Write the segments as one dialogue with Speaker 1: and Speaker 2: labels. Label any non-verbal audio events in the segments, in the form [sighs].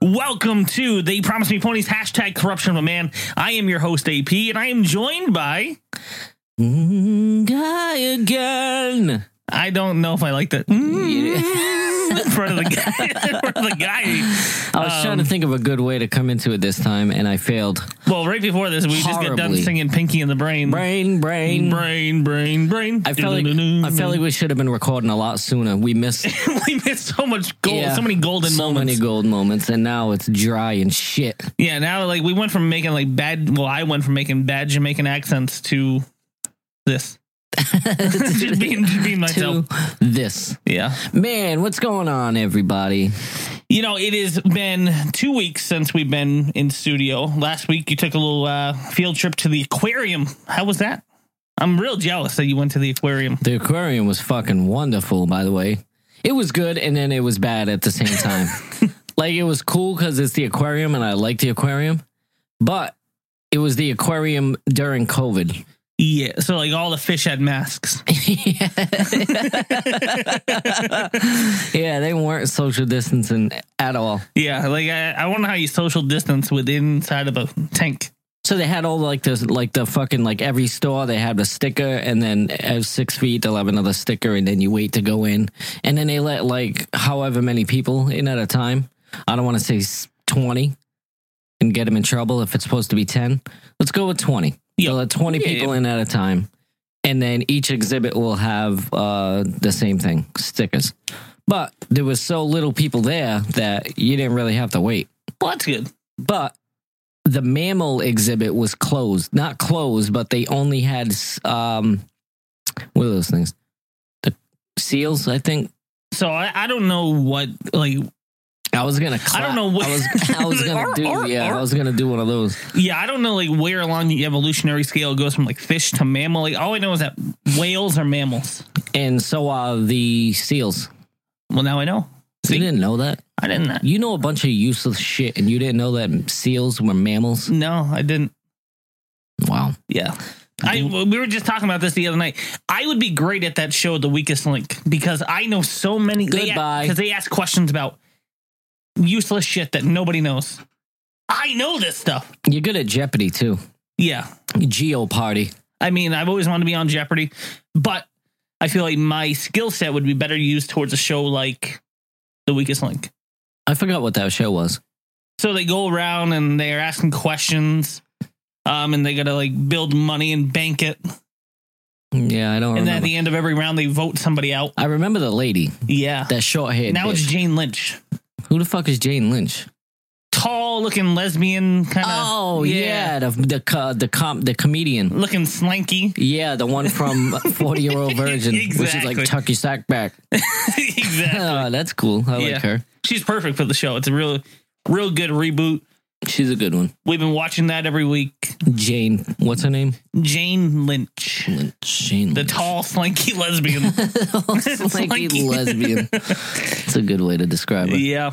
Speaker 1: Welcome to the Promise Me Ponies hashtag corruption of a man. I am your host, AP, and I am joined by.
Speaker 2: guy again.
Speaker 1: I don't know if I like that. [laughs] in front of the guy. in front of the guy.
Speaker 2: I was
Speaker 1: Um,
Speaker 2: trying to think of a good way to come into it this time, and I failed.
Speaker 1: Well, right before this, we just got done
Speaker 2: Horribly.
Speaker 1: singing Pinky in the Brain.
Speaker 2: Brain, brain.
Speaker 1: Brain, brain, brain.
Speaker 2: I felt like I felt like we should have been recording a lot sooner. We missed
Speaker 1: [laughs] we missed so much [laughs] gold,
Speaker 2: yeah,
Speaker 1: so many golden
Speaker 2: so
Speaker 1: moments.
Speaker 2: many gold moments, and now it's dry and shit.
Speaker 1: Yeah, now like we went from making like bad. Well, I went from making bad Jamaican accents to
Speaker 2: [laughs]
Speaker 1: this. [laughs] just being, just being myself.
Speaker 2: To this
Speaker 1: Yeah.
Speaker 2: man, what's going on, everybody?
Speaker 1: You know, it has been two weeks since we've been in studio. Last week, you took a little uh, field trip to the aquarium. How was that? I'm real jealous that you went to the aquarium.
Speaker 2: The aquarium was fucking wonderful, by the way. It was good, and then it was bad at the same time. like it was cool because it's the aquarium, and I like the aquarium, but it was the aquarium during COVID. [laughs]
Speaker 1: Yeah. So, like, all the fish had masks.
Speaker 2: yeah, they weren't social distancing at all.
Speaker 1: yeah. Like, I, I wonder how you social distance with inside of a tank.
Speaker 2: So they had all like this, like the fucking like every store they had a sticker, and then at six feet they'll have another sticker, and then you wait to go in, and then they let like however many people in at a time. I don't want to say s- twenty, and get them in trouble if it's supposed to be ten. Let's go with twenty.
Speaker 1: Yeah.
Speaker 2: They'll let twenty
Speaker 1: Yeah.
Speaker 2: people in at a time, and then each exhibit will have uh, the same thing stickers. But there was so little people there that you didn't really have to wait
Speaker 1: Well, that's good.
Speaker 2: but the mammal exhibit was closed not closed but they only had um what are those things the seals i think
Speaker 1: So, I, I don't know what, like,
Speaker 2: i was gonna clap.
Speaker 1: don't know what- [laughs]
Speaker 2: i was, I was gonna
Speaker 1: Arr,
Speaker 2: do
Speaker 1: arr,
Speaker 2: yeah
Speaker 1: arr.
Speaker 2: i was gonna do one of those
Speaker 1: yeah, I don't know, like, where along the evolutionary scale it goes from, like, fish to mammal. Like, all I know is that whales are mammals.
Speaker 2: and so are the seals
Speaker 1: Well, now I know. See?
Speaker 2: you didn't know that
Speaker 1: I didn't.
Speaker 2: you know a bunch of useless shit and you didn't know that seals were mammals
Speaker 1: No, I didn't.
Speaker 2: wow
Speaker 1: Yeah. I
Speaker 2: Mm-hmm.
Speaker 1: we were just talking about this the other night. I would be great at that show, The Weakest Link, because I know so many.
Speaker 2: Goodbye.
Speaker 1: Because they, ask questions about useless shit that nobody knows. I know this stuff.
Speaker 2: you're good at jeopardy too
Speaker 1: Yeah.
Speaker 2: Geo party.
Speaker 1: I mean, I've always wanted to be on Jeopardy, but I feel like my skill set would be better used towards a show like The Weakest Link.
Speaker 2: i forgot what that show was
Speaker 1: So they go around and they're asking questions, um, and they gotta like build money and bank it.
Speaker 2: yeah i don't
Speaker 1: And then at
Speaker 2: remember
Speaker 1: the end of every round, they vote somebody out.
Speaker 2: i remember the lady
Speaker 1: Yeah.
Speaker 2: that short haired
Speaker 1: now it's Jane Lynch.
Speaker 2: Who the fuck is Jane Lynch?
Speaker 1: Tall looking lesbian kind of
Speaker 2: Oh yeah, the the co- the com- the comedian.
Speaker 1: looking slanky. [laughs]
Speaker 2: Yeah, the one [laughs] from Forty Year Old Virgin, which is
Speaker 1: Exactly.
Speaker 2: like Tuck Your Sack [laughs] Back. [laughs]
Speaker 1: exactly.
Speaker 2: Oh, that's cool. I
Speaker 1: Yeah.
Speaker 2: like her.
Speaker 1: She's perfect for the show. It's a real real good reboot.
Speaker 2: She's a good one.
Speaker 1: We've been watching that every week.
Speaker 2: Jane, what's her name?
Speaker 1: Jane Lynch.
Speaker 2: Lynch. Jane.
Speaker 1: The
Speaker 2: Lynch. [laughs]
Speaker 1: tall, [laughs] slanky lesbian.
Speaker 2: slanky
Speaker 1: slanky.
Speaker 2: [laughs] lesbian. It's a good way to describe her.
Speaker 1: yeah.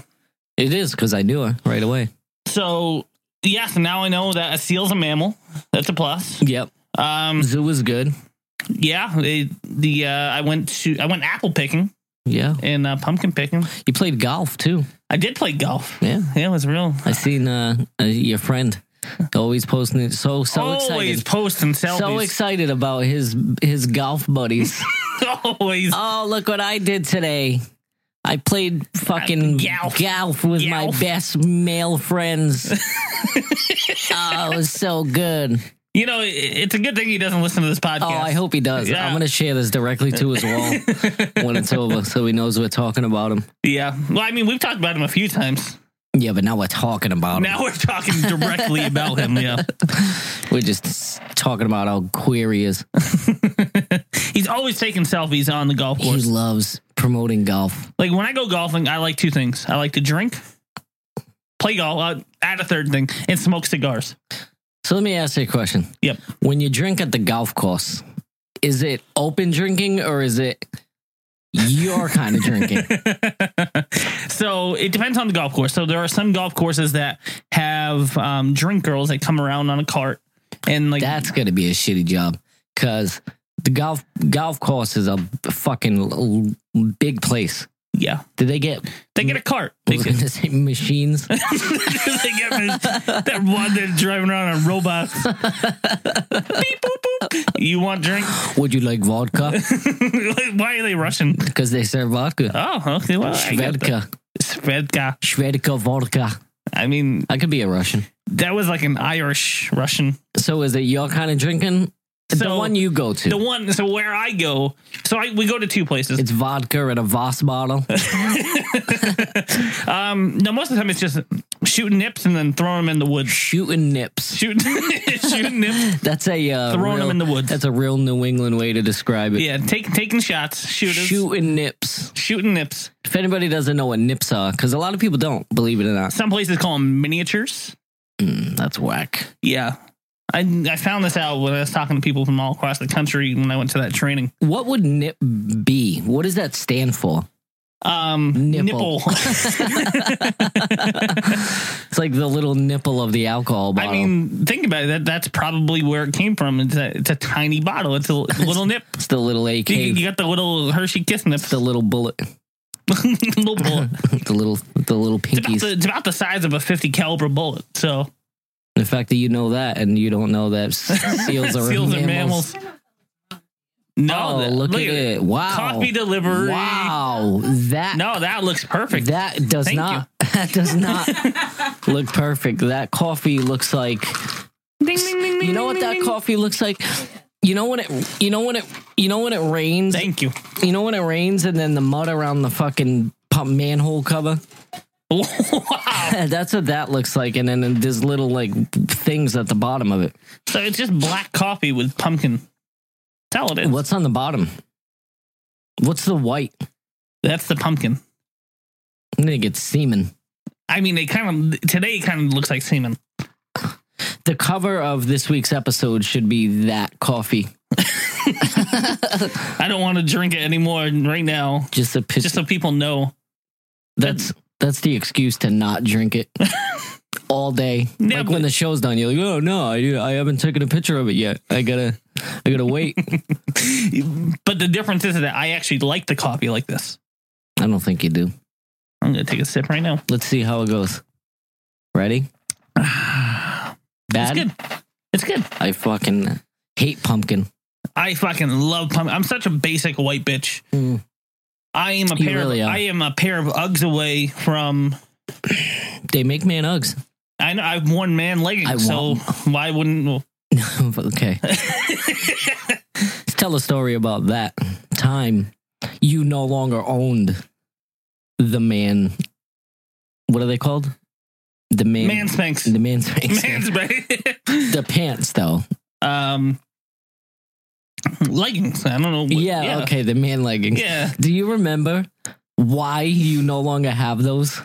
Speaker 2: It is because I knew her right away.
Speaker 1: So yes, now I know that a seal's a mammal. That's a plus.
Speaker 2: Yep.
Speaker 1: Um
Speaker 2: Zoo was good.
Speaker 1: yeah, it, the uh I went to I went apple picking
Speaker 2: Yeah.
Speaker 1: and uh, pumpkin picking.
Speaker 2: You played golf too.
Speaker 1: I did play golf.
Speaker 2: Yeah.
Speaker 1: Yeah, it was real
Speaker 2: I seen uh, uh, your friend always posting it. So so
Speaker 1: always
Speaker 2: excited.
Speaker 1: posting selfies. [laughs]
Speaker 2: So excited about his his golf buddies.
Speaker 1: always.
Speaker 2: oh, look what I did today. I played fucking
Speaker 1: Golf.
Speaker 2: golf, with my
Speaker 1: Golf.
Speaker 2: best
Speaker 1: [laughs]
Speaker 2: male friends. oh, it was so good.
Speaker 1: You know, i- it's a good thing he doesn't listen to this podcast.
Speaker 2: Oh, I hope he does.
Speaker 1: Yeah.
Speaker 2: I'm going to share this directly to
Speaker 1: [laughs]
Speaker 2: his wall when it's over so he knows we're talking about him.
Speaker 1: Yeah. Well, I mean, we've talked about him a few times.
Speaker 2: Yeah, but now we're talking about him.
Speaker 1: Now we're talking
Speaker 2: [laughs]
Speaker 1: directly about him. Yeah. [laughs]
Speaker 2: We're just s- talking about how queer he is.
Speaker 1: He's always taking selfies on the golf
Speaker 2: He
Speaker 1: course.
Speaker 2: loves promoting golf.
Speaker 1: Like when I go golfing, I like two things I like to drink, play golf, uh, add a third thing, and smoke cigars.
Speaker 2: So let me ask you a question.
Speaker 1: Yep.
Speaker 2: when you drink at the golf course, is it open drinking or is it your kind of
Speaker 1: [laughs]
Speaker 2: drinking?
Speaker 1: So it depends on the golf course. So there are some golf courses that have um, drink girls that come around on a cart and like
Speaker 2: That's gonna be a shitty job because the golf golf courses is a fucking l- big place.
Speaker 1: Yeah,
Speaker 2: Did they get?
Speaker 1: they get a cart.
Speaker 2: I
Speaker 1: They
Speaker 2: was
Speaker 1: get,
Speaker 2: gonna
Speaker 1: [laughs]
Speaker 2: say machines.
Speaker 1: they get that one that's driving around on robots. Beep, boop, boop. You want drink? [laughs]
Speaker 2: Would you like vodka?
Speaker 1: Why are they Russian?
Speaker 2: Because they serve vodka.
Speaker 1: Oh, okay. Well, I get that.
Speaker 2: Shvedka.
Speaker 1: Svedka.
Speaker 2: Shvedka vodka.
Speaker 1: I mean,
Speaker 2: I could be a Russian.
Speaker 1: that was like an Irish Russian.
Speaker 2: So is it your kind of drinking? the
Speaker 1: So-
Speaker 2: one you go to.
Speaker 1: The one, so where I go, so I we go to two places.
Speaker 2: it's vodka in a
Speaker 1: [laughs]
Speaker 2: Voss bottle.
Speaker 1: Um, no, most of the time it's just shooting nips and then throwing them in the woods.
Speaker 2: Shooting nips.
Speaker 1: Shooting, [laughs] shooting nips.
Speaker 2: That's a uh,
Speaker 1: Throwing
Speaker 2: real-
Speaker 1: them in the woods.
Speaker 2: That's a real New England way to describe it.
Speaker 1: Yeah, take, taking shots, shooters,
Speaker 2: Shooting nips.
Speaker 1: shooting nips.
Speaker 2: If anybody doesn't know what nips are, because a lot of people don't, believe it or not,
Speaker 1: Some places call them miniatures.
Speaker 2: that's whack.
Speaker 1: Yeah. I, I found this out when I was talking to people from all across the country when I went to that training.
Speaker 2: What would nip be? What does that stand for?
Speaker 1: Um, nipple.
Speaker 2: Nipple.
Speaker 1: [laughs]
Speaker 2: It's like the little nipple of the alcohol
Speaker 1: I
Speaker 2: bottle.
Speaker 1: mean, think about it. That that's probably where it came from. It's a, it's a tiny bottle.
Speaker 2: [laughs]
Speaker 1: It's a l- little nip.
Speaker 2: it's the little AK,
Speaker 1: You, you got the little Hershey Kiss nips.
Speaker 2: the
Speaker 1: [laughs]
Speaker 2: little bullet, [laughs]
Speaker 1: little bullet.
Speaker 2: the little the little
Speaker 1: It's about,
Speaker 2: pinkies.
Speaker 1: the, it's about the size of a 50 caliber bullet. So
Speaker 2: the fact that you know that and you don't
Speaker 1: [laughs]
Speaker 2: know that seals are
Speaker 1: seals are
Speaker 2: mammals.
Speaker 1: mammals. No,
Speaker 2: Oh,
Speaker 1: that-
Speaker 2: look, at it. Wow.
Speaker 1: Coffee delivery.
Speaker 2: Wow. That
Speaker 1: No, that looks perfect.
Speaker 2: That does
Speaker 1: Thank
Speaker 2: not. [laughs] That does not look perfect. That coffee looks like.
Speaker 1: ding, ding, ding,
Speaker 2: You
Speaker 1: ding,
Speaker 2: know what
Speaker 1: ding,
Speaker 2: that
Speaker 1: ding.
Speaker 2: coffee looks like. You know when it. You know when it. You know when it rains.
Speaker 1: Thank you. [laughs]
Speaker 2: You know when it rains and then the mud around the fucking pump manhole cover. [laughs]
Speaker 1: wow.
Speaker 2: That's what that looks like. And then there's little like things at the bottom of it.
Speaker 1: So it's just black coffee with pumpkin. That's all it is.
Speaker 2: What's on the bottom? What's the white?
Speaker 1: That's the pumpkin.
Speaker 2: I think it's semen.
Speaker 1: I mean, they kind of today it kind of looks like semen.
Speaker 2: The cover of this week's episode should be that coffee.
Speaker 1: I don't want to drink it anymore right now,
Speaker 2: Just a picture.
Speaker 1: just so people know. [laughs]
Speaker 2: That's that's the excuse to not
Speaker 1: [laughs]
Speaker 2: drink it all day.
Speaker 1: Yeah,
Speaker 2: like when
Speaker 1: but-
Speaker 2: the show's done, you're like, oh no, I I haven't taken a picture of it yet. I gotta I gotta wait.
Speaker 1: [laughs] But the difference is that I actually like the coffee like this.
Speaker 2: I don't think you do.
Speaker 1: I'm gonna take a sip right now.
Speaker 2: Let's see how it goes.
Speaker 1: [sighs]
Speaker 2: Ready?
Speaker 1: It's
Speaker 2: Bad.
Speaker 1: good. It's good.
Speaker 2: I fucking hate pumpkin.
Speaker 1: I fucking love pumpkin. I'm such a basic white bitch.
Speaker 2: Mm.
Speaker 1: I am a
Speaker 2: You
Speaker 1: pair.
Speaker 2: really
Speaker 1: of,
Speaker 2: are.
Speaker 1: I am a pair of Uggs away from.
Speaker 2: They make man Uggs. [laughs]
Speaker 1: I know I've worn man
Speaker 2: I
Speaker 1: leggings, so why wouldn't? [laughs] Well,
Speaker 2: okay. Let's tell a story about that time you no longer owned the man. What are they called? The man.
Speaker 1: man spanks.
Speaker 2: the man space.
Speaker 1: Man spanks. [laughs]
Speaker 2: the pants though.
Speaker 1: um, leggings. I don't know. what-
Speaker 2: yeah, okay, the man leggings.
Speaker 1: Yeah.
Speaker 2: Do you remember why you no longer
Speaker 1: [laughs]
Speaker 2: have those?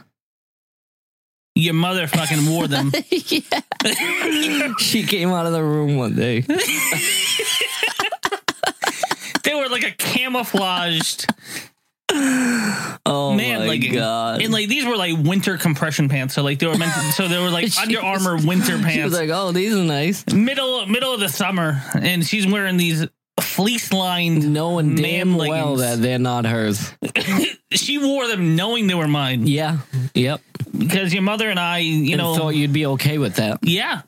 Speaker 1: Your mother fucking wore
Speaker 2: [laughs]
Speaker 1: them.
Speaker 2: yeah. she came out of the room
Speaker 1: [sighs]
Speaker 2: one day.
Speaker 1: they were like a camouflaged
Speaker 2: Oh
Speaker 1: man
Speaker 2: my
Speaker 1: legging.
Speaker 2: god.
Speaker 1: And like these were like winter compression pants. So like they were meant to, so they were like
Speaker 2: [laughs] She
Speaker 1: Under
Speaker 2: was-
Speaker 1: Armour winter
Speaker 2: she was
Speaker 1: pants.
Speaker 2: like, "Oh, these are nice."
Speaker 1: middle middle of the summer and she's wearing these fleece lined
Speaker 2: Knowing damn
Speaker 1: Man
Speaker 2: well
Speaker 1: leggings.
Speaker 2: that they're not hers. Mm-hmm.
Speaker 1: she wore them knowing they were mine
Speaker 2: Yeah. Yep.
Speaker 1: because your mother and I you
Speaker 2: You
Speaker 1: know
Speaker 2: Mm-hmm. thought you'd be okay with that.
Speaker 1: yeah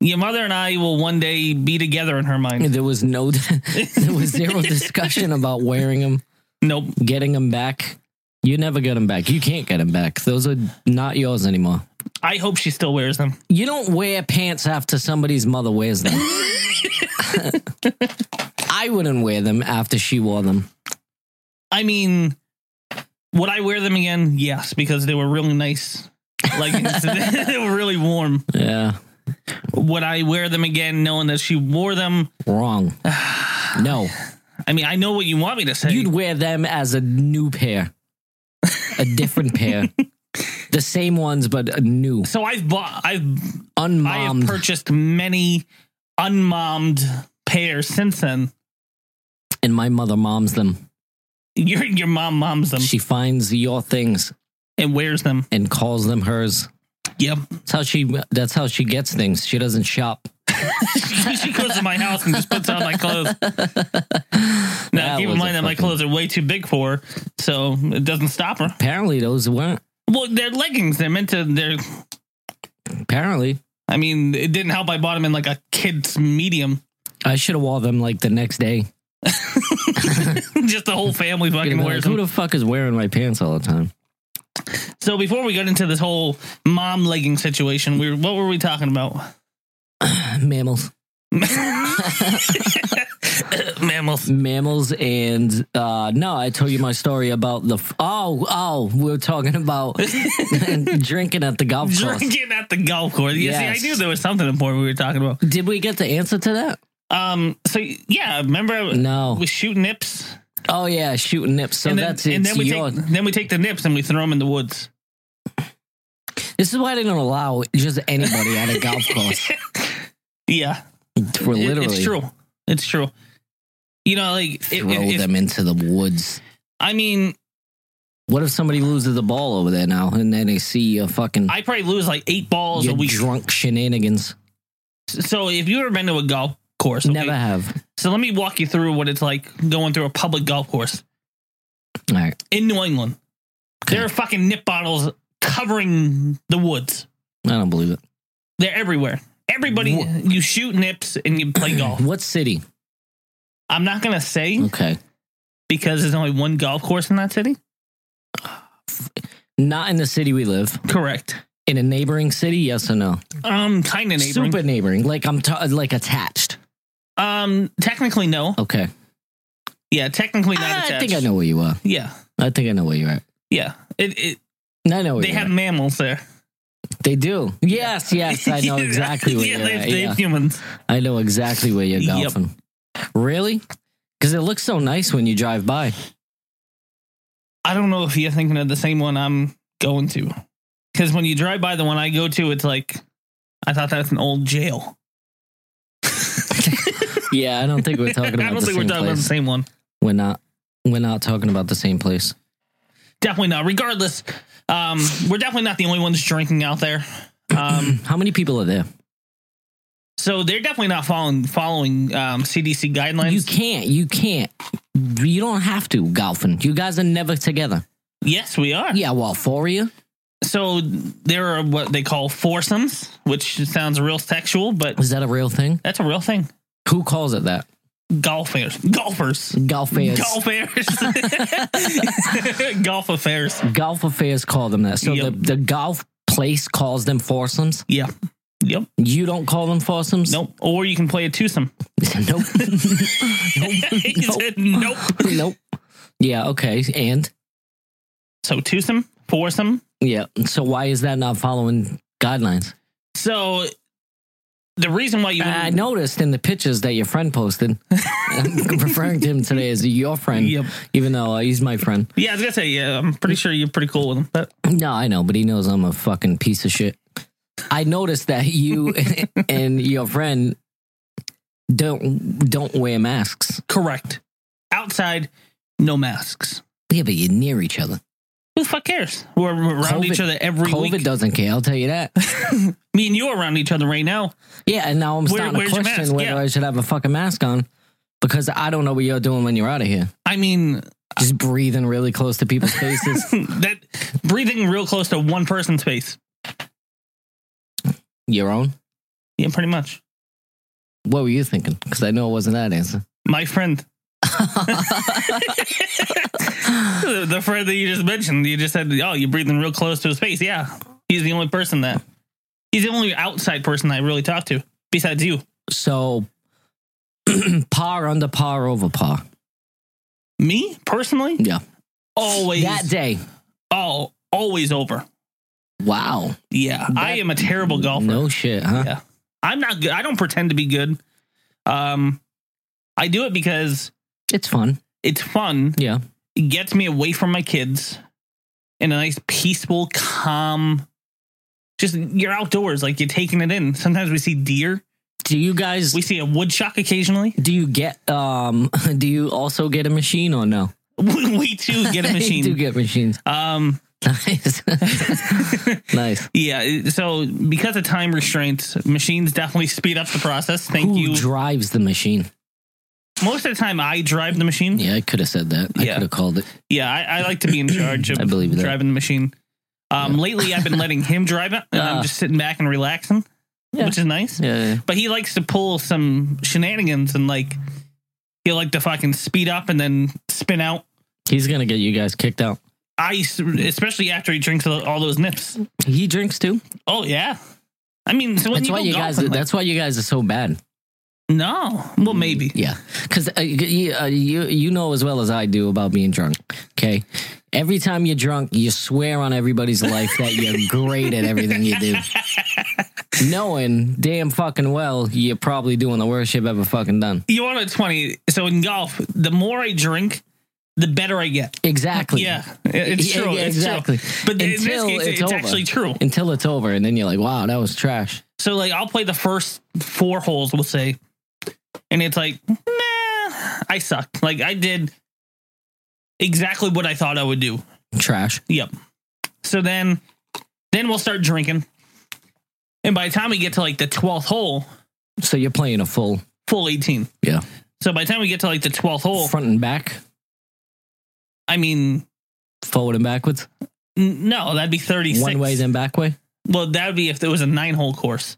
Speaker 1: your mother and I will one day be together in her mind
Speaker 2: There was no, [laughs] there was
Speaker 1: [laughs]
Speaker 2: zero discussion about wearing them.
Speaker 1: nope
Speaker 2: getting them back. You never get them back. You can't get them back. Those are not yours anymore.
Speaker 1: I hope she still wears them
Speaker 2: You don't wear pants after somebody's mother
Speaker 1: [laughs]
Speaker 2: wears them. I wouldn't wear them after she wore them.
Speaker 1: I mean would I wear them again yes because they were really nice
Speaker 2: [laughs]
Speaker 1: leggings [laughs] they were really warm
Speaker 2: Yeah,
Speaker 1: would I wear them again knowing that she wore them
Speaker 2: wrong.
Speaker 1: [sighs]
Speaker 2: No,
Speaker 1: I mean I know what you want me to say
Speaker 2: you'd wear them as a new pair, a different
Speaker 1: [laughs]
Speaker 2: pair, the same ones but a new,
Speaker 1: so I've bought I've I have
Speaker 2: unmommed.
Speaker 1: purchased many unmommed pairs since then.
Speaker 2: and my mother moms them.
Speaker 1: Your your mom moms them
Speaker 2: She finds your things
Speaker 1: and wears them.
Speaker 2: and calls them hers.
Speaker 1: [laughs] Yep.
Speaker 2: That's how she. That's how she gets things. She doesn't shop. [laughs]
Speaker 1: she goes to my house and just puts on my clothes. Now,
Speaker 2: That
Speaker 1: keep in
Speaker 2: was a
Speaker 1: mind that my
Speaker 2: fucking-
Speaker 1: clothes are way too big for her, so it doesn't stop her.
Speaker 2: Apparently, those weren't.
Speaker 1: Well, they're leggings. They're meant to. They're.
Speaker 2: Apparently,
Speaker 1: I mean, it didn't help. I bought them in like a kid's medium. [laughs]
Speaker 2: I should have wore them like the next day.
Speaker 1: Just the whole family
Speaker 2: You'd
Speaker 1: fucking
Speaker 2: be
Speaker 1: wears
Speaker 2: Like, Who
Speaker 1: them.
Speaker 2: the fuck is wearing my pants all the time?
Speaker 1: So before we got into this whole mom legging situation, we were, what were we talking about?
Speaker 2: Mammals,
Speaker 1: [laughs] Mammals.
Speaker 2: mammals, and uh no, I told you my story about the. F- oh, oh, we were talking
Speaker 1: [laughs]
Speaker 2: about drinking at the golf course.
Speaker 1: Drinking at the golf course. You
Speaker 2: Yes.
Speaker 1: see, I knew there was something important we were talking about.
Speaker 2: Did we get the answer to that?
Speaker 1: Um. So yeah, remember I
Speaker 2: No.
Speaker 1: we shoot nips,
Speaker 2: Oh yeah, shooting nips. So
Speaker 1: and then,
Speaker 2: that's
Speaker 1: and
Speaker 2: it's
Speaker 1: then we
Speaker 2: your-
Speaker 1: take then we take the nips and we throw them in the woods.
Speaker 2: This is why they don't allow just anybody at
Speaker 1: [laughs]
Speaker 2: a golf course.
Speaker 1: Yeah,
Speaker 2: For
Speaker 1: It-
Speaker 2: literally
Speaker 1: it's true. It's true. You know, like it-
Speaker 2: throw
Speaker 1: it- if-
Speaker 2: them into the woods.
Speaker 1: I mean,
Speaker 2: What if somebody loses the ball over there now, and then they see your fucking
Speaker 1: I probably lose like eight balls
Speaker 2: your
Speaker 1: a week.
Speaker 2: drunk shenanigans?
Speaker 1: so if you ever been to a golf course, okay,
Speaker 2: Never have.
Speaker 1: So let me walk you through what it's like going through a public golf course
Speaker 2: All right.
Speaker 1: in New England. There are fucking nip bottles covering the woods.
Speaker 2: I don't believe it.
Speaker 1: They're everywhere. Everybody,
Speaker 2: Wha-
Speaker 1: you shoot nips and you play golf. [clears throat]
Speaker 2: What city?
Speaker 1: I'm not gonna say
Speaker 2: Okay.
Speaker 1: because there's only one golf course in that city.
Speaker 2: Not in the city we live.
Speaker 1: Correct.
Speaker 2: In a neighboring city, yes or no?
Speaker 1: Um, kind of neighboring.
Speaker 2: Super neighboring. Like I'm ta- like attached.
Speaker 1: Um, technically no.
Speaker 2: Okay.
Speaker 1: Yeah, technically not.
Speaker 2: Ah, I
Speaker 1: attached.
Speaker 2: think I know where you are.
Speaker 1: Yeah,
Speaker 2: I think I know where you're at.
Speaker 1: yeah. It. it
Speaker 2: I know where
Speaker 1: they
Speaker 2: you're
Speaker 1: have
Speaker 2: at.
Speaker 1: mammals there.
Speaker 2: They do. Yes, yes, I
Speaker 1: [laughs]
Speaker 2: know
Speaker 1: Yeah,
Speaker 2: exactly where
Speaker 1: yeah,
Speaker 2: you're
Speaker 1: they,
Speaker 2: at.
Speaker 1: they
Speaker 2: yeah.
Speaker 1: have humans.
Speaker 2: I know exactly where you're
Speaker 1: Yep.
Speaker 2: golfing. Really? Because it looks so nice when you drive by.
Speaker 1: I don't know if you're thinking of the same one I'm going to. Because when you drive by the one I go to, it's like, I thought that's an old jail.
Speaker 2: Yeah, I don't think
Speaker 1: [laughs]
Speaker 2: we're talking
Speaker 1: I
Speaker 2: about
Speaker 1: don't
Speaker 2: the
Speaker 1: think we're
Speaker 2: same
Speaker 1: talking about the
Speaker 2: place.
Speaker 1: same one.
Speaker 2: We're not. We're not talking about the same place.
Speaker 1: Definitely not. Regardless, um, we're definitely not the only ones drinking out there.
Speaker 2: [clears throat]
Speaker 1: Um,
Speaker 2: How many people are there?
Speaker 1: so they're definitely not following following um, CDC guidelines.
Speaker 2: You can't. You can't. You don't have to golfing. You guys are never together.
Speaker 1: yes, we are.
Speaker 2: Yeah, well, for you.
Speaker 1: So there are what they call foursomes, which sounds real sexual, but
Speaker 2: Is that a real thing?
Speaker 1: that's a real thing.
Speaker 2: Who calls it that?
Speaker 1: Golfers, golfers,
Speaker 2: Golf affairs.
Speaker 1: golf affairs, [laughs] golf affairs.
Speaker 2: Golf affairs call them that. So
Speaker 1: Yep.
Speaker 2: the, the golf place calls them foursomes.
Speaker 1: Yeah. Yep.
Speaker 2: You don't call them foursomes.
Speaker 1: Nope. Or you can play a [laughs] twosome.
Speaker 2: [laughs] nope.
Speaker 1: [laughs] he said nope.
Speaker 2: nope. Yeah. Okay. And
Speaker 1: So twosome, foursome.
Speaker 2: Yeah. So why is that not following guidelines?
Speaker 1: So the reason why you
Speaker 2: I noticed in the pictures that your
Speaker 1: [laughs]
Speaker 2: friend posted, I'm referring to him today as your friend,
Speaker 1: Yep.
Speaker 2: even though uh, he's my friend.
Speaker 1: yeah, I was gonna say yeah. I'm pretty sure you're pretty cool with him, but
Speaker 2: No, I know, but he knows I'm a fucking piece of shit. I noticed that you [laughs] and your friend don't don't wear masks.
Speaker 1: correct. Outside, no masks.
Speaker 2: Yeah, but you're near each other.
Speaker 1: Who the fuck cares? We're we're around
Speaker 2: COVID-
Speaker 1: each other every
Speaker 2: COVID
Speaker 1: week.
Speaker 2: doesn't care. I'll tell
Speaker 1: [laughs]
Speaker 2: you that.
Speaker 1: Me and you are around each other right now.
Speaker 2: Yeah, and now I'm
Speaker 1: Where-
Speaker 2: starting to
Speaker 1: where's your
Speaker 2: question
Speaker 1: mask?
Speaker 2: whether
Speaker 1: Yeah.
Speaker 2: I should have a fucking mask on because I don't know what you're doing when you're out of here.
Speaker 1: I mean, [laughs]
Speaker 2: Just breathing really close to people's faces.
Speaker 1: that breathing real close to one person's face.
Speaker 2: Your own?
Speaker 1: Yeah, pretty much.
Speaker 2: What were you thinking? Because I know it wasn't
Speaker 1: [laughs]
Speaker 2: that answer. [laughs]
Speaker 1: My friend, [laughs] the the friend that you just mentioned, you just said, "Oh, you're breathing real close to his face." Yeah, he's the only person that he's the only outside person I really talk to besides you.
Speaker 2: so, [clears throat] par under par over par.
Speaker 1: Me personally,
Speaker 2: Yeah.
Speaker 1: always,
Speaker 2: That day.
Speaker 1: oh, always over.
Speaker 2: Wow.
Speaker 1: Yeah, I
Speaker 2: That-
Speaker 1: am a terrible golfer.
Speaker 2: No shit, huh?
Speaker 1: Yeah. I'm not good. I don't pretend to be good. Um, I do it because
Speaker 2: It's fun.
Speaker 1: it's fun.
Speaker 2: Yeah.
Speaker 1: It gets me away from my kids in a nice, peaceful, calm. Just you're outdoors, like you're taking it in. Sometimes we see deer.
Speaker 2: Do you guys
Speaker 1: We see a woodchuck occasionally. [laughs]
Speaker 2: do you get um [laughs] do you also get a machine or no?
Speaker 1: we too get a
Speaker 2: [laughs] you do
Speaker 1: machine.
Speaker 2: get machines. [laughs]
Speaker 1: um, [laughs]
Speaker 2: Nice. nice.
Speaker 1: yeah. So because of [laughs] time restraints, machines definitely speed up the process. Thank
Speaker 2: Who
Speaker 1: you.
Speaker 2: drives the machine?
Speaker 1: most of the time I drive the machine. Yeah,
Speaker 2: Yeah, I could have said that. I
Speaker 1: Yeah.
Speaker 2: could have called it.
Speaker 1: I, I like to be
Speaker 2: [coughs]
Speaker 1: in charge of
Speaker 2: I believe that.
Speaker 1: driving the machine. Um, lately I've been letting him drive it, and
Speaker 2: Ah.
Speaker 1: I'm just sitting back and relaxing,
Speaker 2: Yeah.
Speaker 1: which is nice.
Speaker 2: Yeah, yeah.
Speaker 1: But he likes to pull some shenanigans and like he'll like to fucking speed up and then spin out.
Speaker 2: He's gonna get you guys kicked out.
Speaker 1: I especially after he drinks all those nips.
Speaker 2: He drinks too.
Speaker 1: Oh yeah, I mean, so when
Speaker 2: That's
Speaker 1: you
Speaker 2: why
Speaker 1: go
Speaker 2: you guys.
Speaker 1: golfing, like-
Speaker 2: that's why you guys are so bad.
Speaker 1: no, well maybe.
Speaker 2: Yeah, because uh, you, uh, you you know as well as I do about being drunk. Okay, every time you're drunk, you swear on everybody's life that
Speaker 1: [laughs]
Speaker 2: you're great at everything you do, knowing damn fucking well you're probably doing the worst shit ever fucking done.
Speaker 1: You want a twenty? So in golf, the more I drink, the better I get.
Speaker 2: Exactly.
Speaker 1: Yeah, it's
Speaker 2: Yeah,
Speaker 1: true.
Speaker 2: yeah,
Speaker 1: it's
Speaker 2: exactly.
Speaker 1: True. But in this
Speaker 2: Until
Speaker 1: case,
Speaker 2: it's
Speaker 1: it's,
Speaker 2: over.
Speaker 1: actually true.
Speaker 2: Until it's over, and then you're like, wow, that was trash.
Speaker 1: So like, I'll play the first four holes, we'll say, and it's like, nah, I sucked. Like I did exactly what I thought I would do.
Speaker 2: Trash.
Speaker 1: Yep. So then, then we'll start drinking, and by the time we get to like the twelfth hole,
Speaker 2: So you're playing a full
Speaker 1: full eighteen.
Speaker 2: Yeah.
Speaker 1: So by the time we get to like the twelfth hole,
Speaker 2: front and back,
Speaker 1: I mean,
Speaker 2: forward and backwards,
Speaker 1: n- no, that'd be thirty-six.
Speaker 2: one way then back way.
Speaker 1: Well, that would be if there was a nine-hole course,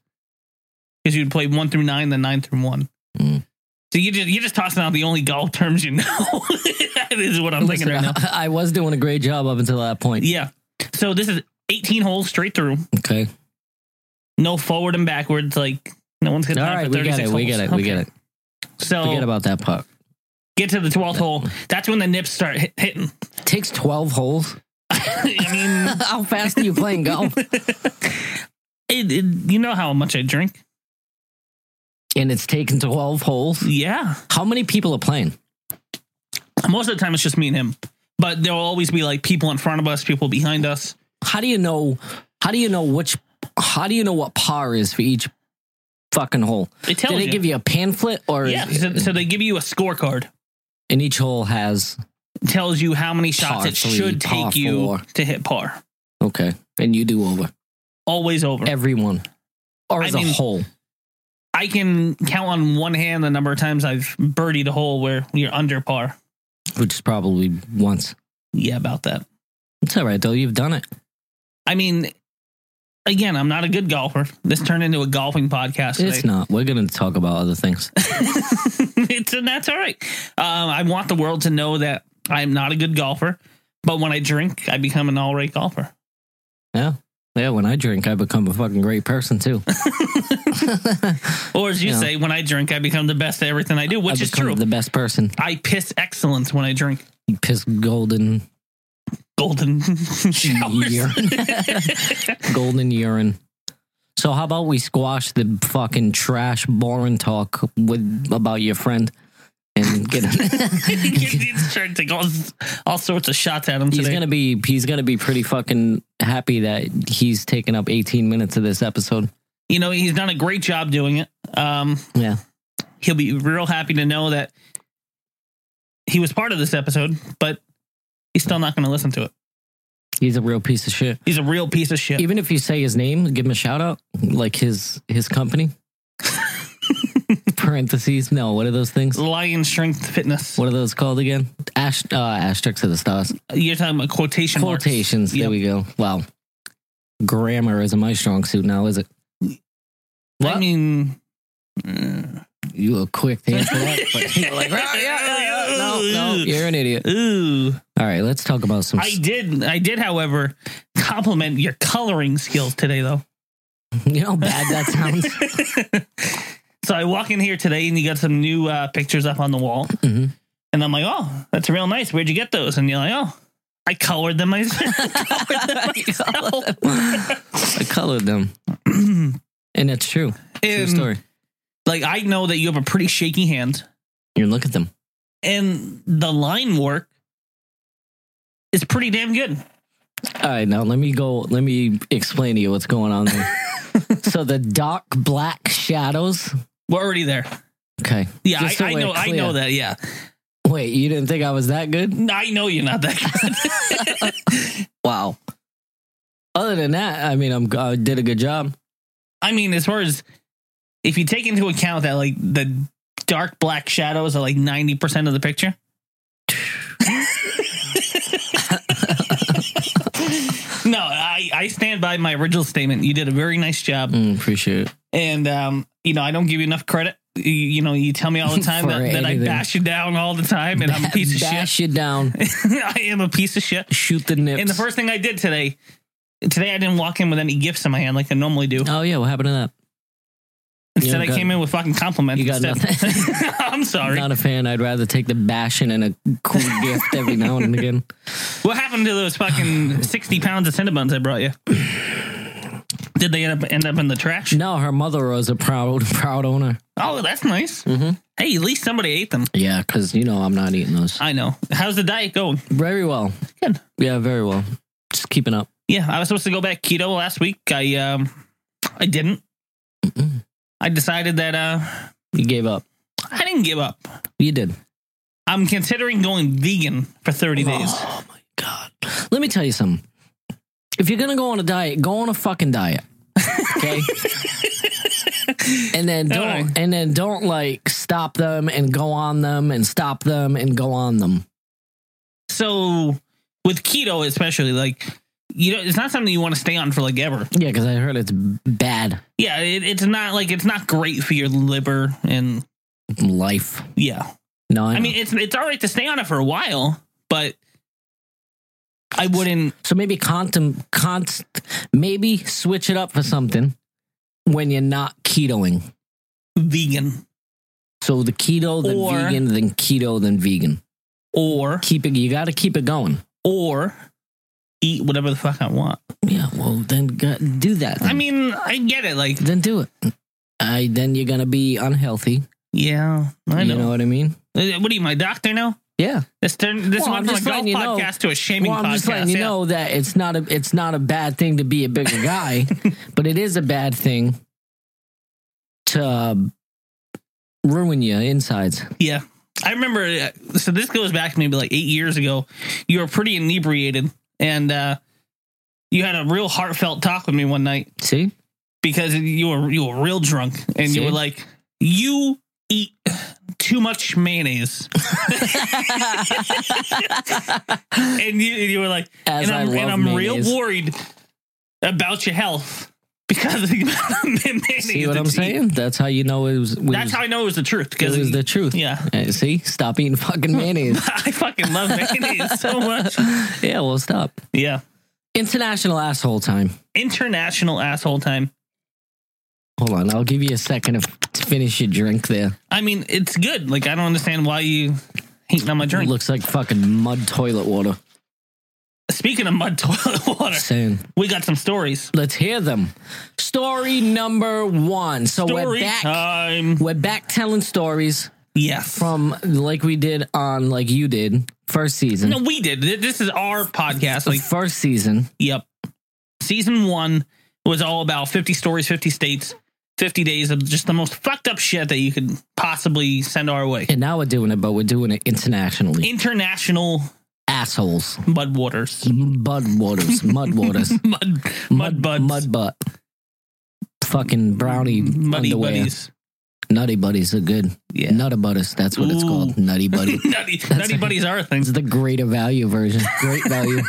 Speaker 1: because you'd play one through nine, then nine through one.
Speaker 2: Mm.
Speaker 1: So you just you just tossing out the only golf terms you know. [laughs] that is what I'm
Speaker 2: Listen,
Speaker 1: thinking right now.
Speaker 2: [laughs] I, I was doing a great job up until that point.
Speaker 1: Yeah. So this is 18 holes straight through,
Speaker 2: Okay.
Speaker 1: no forward and backwards. Like no one's
Speaker 2: All
Speaker 1: gonna.
Speaker 2: right, we get it. We get it. We get it.
Speaker 1: So
Speaker 2: Forget about that puck.
Speaker 1: get to the 12th hole. That's when the nips start hit, hitting. [laughs]
Speaker 2: Takes 12 holes.
Speaker 1: I
Speaker 2: How fast are you playing golf?
Speaker 1: mean, it, it, you know how much I drink.
Speaker 2: and it's taken 12 holes.
Speaker 1: Yeah.
Speaker 2: How many people are playing?
Speaker 1: Most of the time, it's just me and him. But there'll always be like people in front of us, people behind us.
Speaker 2: How do you know? How do you know which? How do you know what par is for each fucking hole?
Speaker 1: It
Speaker 2: Do
Speaker 1: tells
Speaker 2: they
Speaker 1: you.
Speaker 2: give you a pamphlet or?
Speaker 1: yeah. So, so they give you a scorecard.
Speaker 2: and each hole has
Speaker 1: It tells you how many shots
Speaker 2: Par
Speaker 1: it
Speaker 2: three,
Speaker 1: should
Speaker 2: par
Speaker 1: take you
Speaker 2: four.
Speaker 1: to hit par.
Speaker 2: okay, and you do over
Speaker 1: Always over.
Speaker 2: everyone or
Speaker 1: I
Speaker 2: as a
Speaker 1: mean-
Speaker 2: whole.
Speaker 1: I can count on one hand the number of times I've birdied a hole where you're under par.
Speaker 2: which is probably once.
Speaker 1: Yeah, about that.
Speaker 2: It's all right though. You've done it.
Speaker 1: I mean, again, I'm not a good golfer. This turned into a golfing podcast.
Speaker 2: It's
Speaker 1: today.
Speaker 2: not. We're going to talk about other things.
Speaker 1: [laughs] it's and that's all right. Um, I want the world to know that I'm not a good golfer, but when I drink, I become an all right golfer.
Speaker 2: Yeah. Yeah. When I drink, I become a fucking great
Speaker 1: [laughs]
Speaker 2: person too. [laughs]
Speaker 1: Or as you
Speaker 2: Yeah.
Speaker 1: say, when I drink, I become the best at everything I do, which
Speaker 2: I
Speaker 1: is
Speaker 2: become
Speaker 1: true.
Speaker 2: The best person.
Speaker 1: I piss excellence when I drink
Speaker 2: You piss golden
Speaker 1: golden [laughs] showers. [laughs]
Speaker 2: urine. golden urine. So how about we squash the fucking trash boring talk with about your friend
Speaker 1: [laughs]
Speaker 2: and get
Speaker 1: He's trying to take all, all sorts of shots at him
Speaker 2: [laughs] He's
Speaker 1: today.
Speaker 2: gonna be he's gonna be pretty fucking happy that he's taken up 18 minutes of this episode.
Speaker 1: you know, he's done a great job doing it. Um,
Speaker 2: Yeah.
Speaker 1: he'll be real happy to know that he was part of this episode, but he's still not going to listen to it.
Speaker 2: He's a real piece of shit.
Speaker 1: He's a real piece of shit.
Speaker 2: Even if you say his name, give him a shout out, like his his
Speaker 1: [laughs]
Speaker 2: company. Parentheses. No, what are those things?
Speaker 1: Lion strength fitness.
Speaker 2: What are those called again? Ash, uh, asterisks of the stars.
Speaker 1: You're talking about quotation marks.
Speaker 2: Quotations. There
Speaker 1: Yep.
Speaker 2: we go. Wow. Grammar isn't my strong suit now, is it?
Speaker 1: I
Speaker 2: What?
Speaker 1: mean, mm,
Speaker 2: you were
Speaker 1: [laughs]
Speaker 2: quick to answer that. But you're like, "Ah, yeah, yeah, yeah. No, no,
Speaker 1: [laughs]
Speaker 2: you're an idiot.
Speaker 1: ooh.
Speaker 2: All right, let's talk about some.
Speaker 1: I did. I did, however, compliment your coloring skills today, though.
Speaker 2: you know how bad
Speaker 1: [laughs]
Speaker 2: that sounds?
Speaker 1: so I walk in here today, and you got some new uh, pictures up on the wall.
Speaker 2: Mhm.
Speaker 1: And I'm like, oh, that's real nice. Where'd you get those? And you're like, oh, I colored them myself.
Speaker 2: [laughs]
Speaker 1: colored them
Speaker 2: I colored
Speaker 1: [clears throat]
Speaker 2: them.
Speaker 1: myself.
Speaker 2: And it's true. True
Speaker 1: [laughs] And,
Speaker 2: story.
Speaker 1: Like, I know that you have a pretty shaky hand,
Speaker 2: You look at them.
Speaker 1: and the line work is pretty damn good.
Speaker 2: All right, now let me go. Let me explain to you what's going on [laughs] there. so the dark black shadows.
Speaker 1: We're already there.
Speaker 2: Okay.
Speaker 1: Yeah, I,
Speaker 2: Just so
Speaker 1: I
Speaker 2: we're
Speaker 1: know. I
Speaker 2: clear.
Speaker 1: know that. Yeah,
Speaker 2: Wait, you didn't think I was that good?
Speaker 1: I know you're not that good. [laughs]
Speaker 2: Wow. Other than that, I mean, I'm I did a good job.
Speaker 1: I mean, as far as if you take into account that like the dark black shadows are like 90% of the picture. [laughs] no, I, I stand by my original statement. You did a very nice job.
Speaker 2: Mm, appreciate it.
Speaker 1: And, um, you know, I don't give you enough credit. You, you know, you tell me
Speaker 2: [laughs]
Speaker 1: all the time
Speaker 2: For
Speaker 1: that, that I
Speaker 2: anything.
Speaker 1: bash you down all the time and I'm
Speaker 2: [laughs]
Speaker 1: a piece of shit. [laughs]
Speaker 2: Bash you down.
Speaker 1: I am a piece of shit.
Speaker 2: Shoot the nips.
Speaker 1: And the first thing I did today, today I didn't walk in with any gifts in my hand like I normally do.
Speaker 2: oh yeah, what happened to that?
Speaker 1: [laughs] Instead,
Speaker 2: you
Speaker 1: I
Speaker 2: got-
Speaker 1: came in with fucking compliments.
Speaker 2: you got
Speaker 1: instead. [laughs] I'm sorry.
Speaker 2: Not a fan. I'd rather take the bashing and a [laughs] cool gift every now and again.
Speaker 1: What happened to those fucking sixty pounds of Cinnabons I brought you? Did they end up end up in the trash?
Speaker 2: No, her mother was a proud, proud owner.
Speaker 1: Oh, that's nice.
Speaker 2: Mm-hmm.
Speaker 1: Hey, at least somebody ate them.
Speaker 2: Yeah, because you know I'm not eating those.
Speaker 1: I know. How's the diet going?
Speaker 2: Very well.
Speaker 1: Good.
Speaker 2: Yeah, very well. Just keeping up.
Speaker 1: Yeah, I was supposed to go back keto last week. I um, I didn't. I decided that uh,
Speaker 2: You gave up.
Speaker 1: I didn't give up.
Speaker 2: You did.
Speaker 1: I'm considering going vegan for 30 days.
Speaker 2: Oh my god. Let me tell you something. If you're gonna go on a diet, go on a fucking diet. [laughs] Okay. and then don't
Speaker 1: Alright.
Speaker 2: and then don't like stop them and go on them and stop them and go on them.
Speaker 1: So with keto, especially like. You know, it's not something you want to stay on for like ever.
Speaker 2: Yeah, because I heard it's bad
Speaker 1: Yeah, it, it's not like it's not great for your liver, and
Speaker 2: life.
Speaker 1: yeah,
Speaker 2: No,
Speaker 1: I mean, it's it's all right to stay on it for a while, but I wouldn't.
Speaker 2: so maybe contem const maybe switch it up for something when you're not ketoing.
Speaker 1: Vegan
Speaker 2: So the keto, then
Speaker 1: Or-
Speaker 2: vegan, then keto, then vegan.
Speaker 1: or
Speaker 2: Keep it. You got to keep it going.
Speaker 1: or eat whatever the fuck I want.
Speaker 2: Yeah. Well, then go, do that.
Speaker 1: I
Speaker 2: then.
Speaker 1: mean, I get it. Like,
Speaker 2: then do it. I then you're gonna be unhealthy.
Speaker 1: yeah, I
Speaker 2: You
Speaker 1: know.
Speaker 2: know what I mean?
Speaker 1: Uh, What are you, my doctor now?
Speaker 2: Yeah.
Speaker 1: This turned this
Speaker 2: Well,
Speaker 1: went
Speaker 2: I'm
Speaker 1: from a
Speaker 2: just
Speaker 1: golf
Speaker 2: letting you know.
Speaker 1: podcast to a shaming
Speaker 2: Well, I'm
Speaker 1: podcast.
Speaker 2: just letting you
Speaker 1: yeah.
Speaker 2: know that it's not a it's not a bad thing to be a bigger guy,
Speaker 1: [laughs]
Speaker 2: but it is a bad thing to um, ruin your insides.
Speaker 1: Yeah. I remember. uh, So this goes back maybe like eight years ago. You were pretty inebriated, and uh, you had a real heartfelt talk with me one night.
Speaker 2: See?
Speaker 1: because you were you were real drunk and you
Speaker 2: See?
Speaker 1: were like, you eat too much mayonnaise, [laughs] and you, and you were like,
Speaker 2: As
Speaker 1: and
Speaker 2: I
Speaker 1: I'm,
Speaker 2: love
Speaker 1: and I'm real
Speaker 2: mayonnaise.
Speaker 1: worried about your health because of the amount of mayonnaise.
Speaker 2: See what
Speaker 1: that
Speaker 2: I'm
Speaker 1: you eat.
Speaker 2: saying? That's how you know it was. we
Speaker 1: That's
Speaker 2: was-
Speaker 1: how I know it was the truth
Speaker 2: it
Speaker 1: because
Speaker 2: was the truth.
Speaker 1: yeah.
Speaker 2: Uh, see, stop
Speaker 1: [laughs]
Speaker 2: eating fucking mayonnaise.
Speaker 1: I fucking love mayonnaise so much.
Speaker 2: yeah, well, stop.
Speaker 1: Yeah,
Speaker 2: International asshole time.
Speaker 1: international asshole time.
Speaker 2: Hold on, I'll give you a second to finish your drink. There
Speaker 1: I mean, it's good. Like I don't understand why you hating on my
Speaker 2: it
Speaker 1: drink.
Speaker 2: looks like fucking mud toilet water.
Speaker 1: Speaking of mud [laughs] toilet water,
Speaker 2: Saying,
Speaker 1: we got some stories.
Speaker 2: let's hear them. Story number one. So
Speaker 1: Story
Speaker 2: we're back.
Speaker 1: time.
Speaker 2: We're back telling stories
Speaker 1: Yes.
Speaker 2: from like we did on like you did first season.
Speaker 1: No, we did. Th- This is our podcast.
Speaker 2: Like
Speaker 1: Like,
Speaker 2: first season.
Speaker 1: yep. Season one was all about 50 stories, 50 states, 50 days of just the most fucked up shit that you could possibly send our way.
Speaker 2: And now we're doing it, but we're doing it internationally.
Speaker 1: International
Speaker 2: assholes,
Speaker 1: mud waters. [laughs]
Speaker 2: mud waters, mud waters,
Speaker 1: Mud, [laughs] mud buds.
Speaker 2: mud butt, fucking brownie
Speaker 1: muddy
Speaker 2: underwear.
Speaker 1: buddies.
Speaker 2: Nutty buddies are good.
Speaker 1: Yeah. Mm.
Speaker 2: Nutty buddies, that's what it's
Speaker 1: Ooh.
Speaker 2: called.
Speaker 1: [laughs]
Speaker 2: Nutty buddy.
Speaker 1: nutty, nutty buddies are
Speaker 2: it's
Speaker 1: things.
Speaker 2: the greater value version. Great
Speaker 1: [laughs]
Speaker 2: value.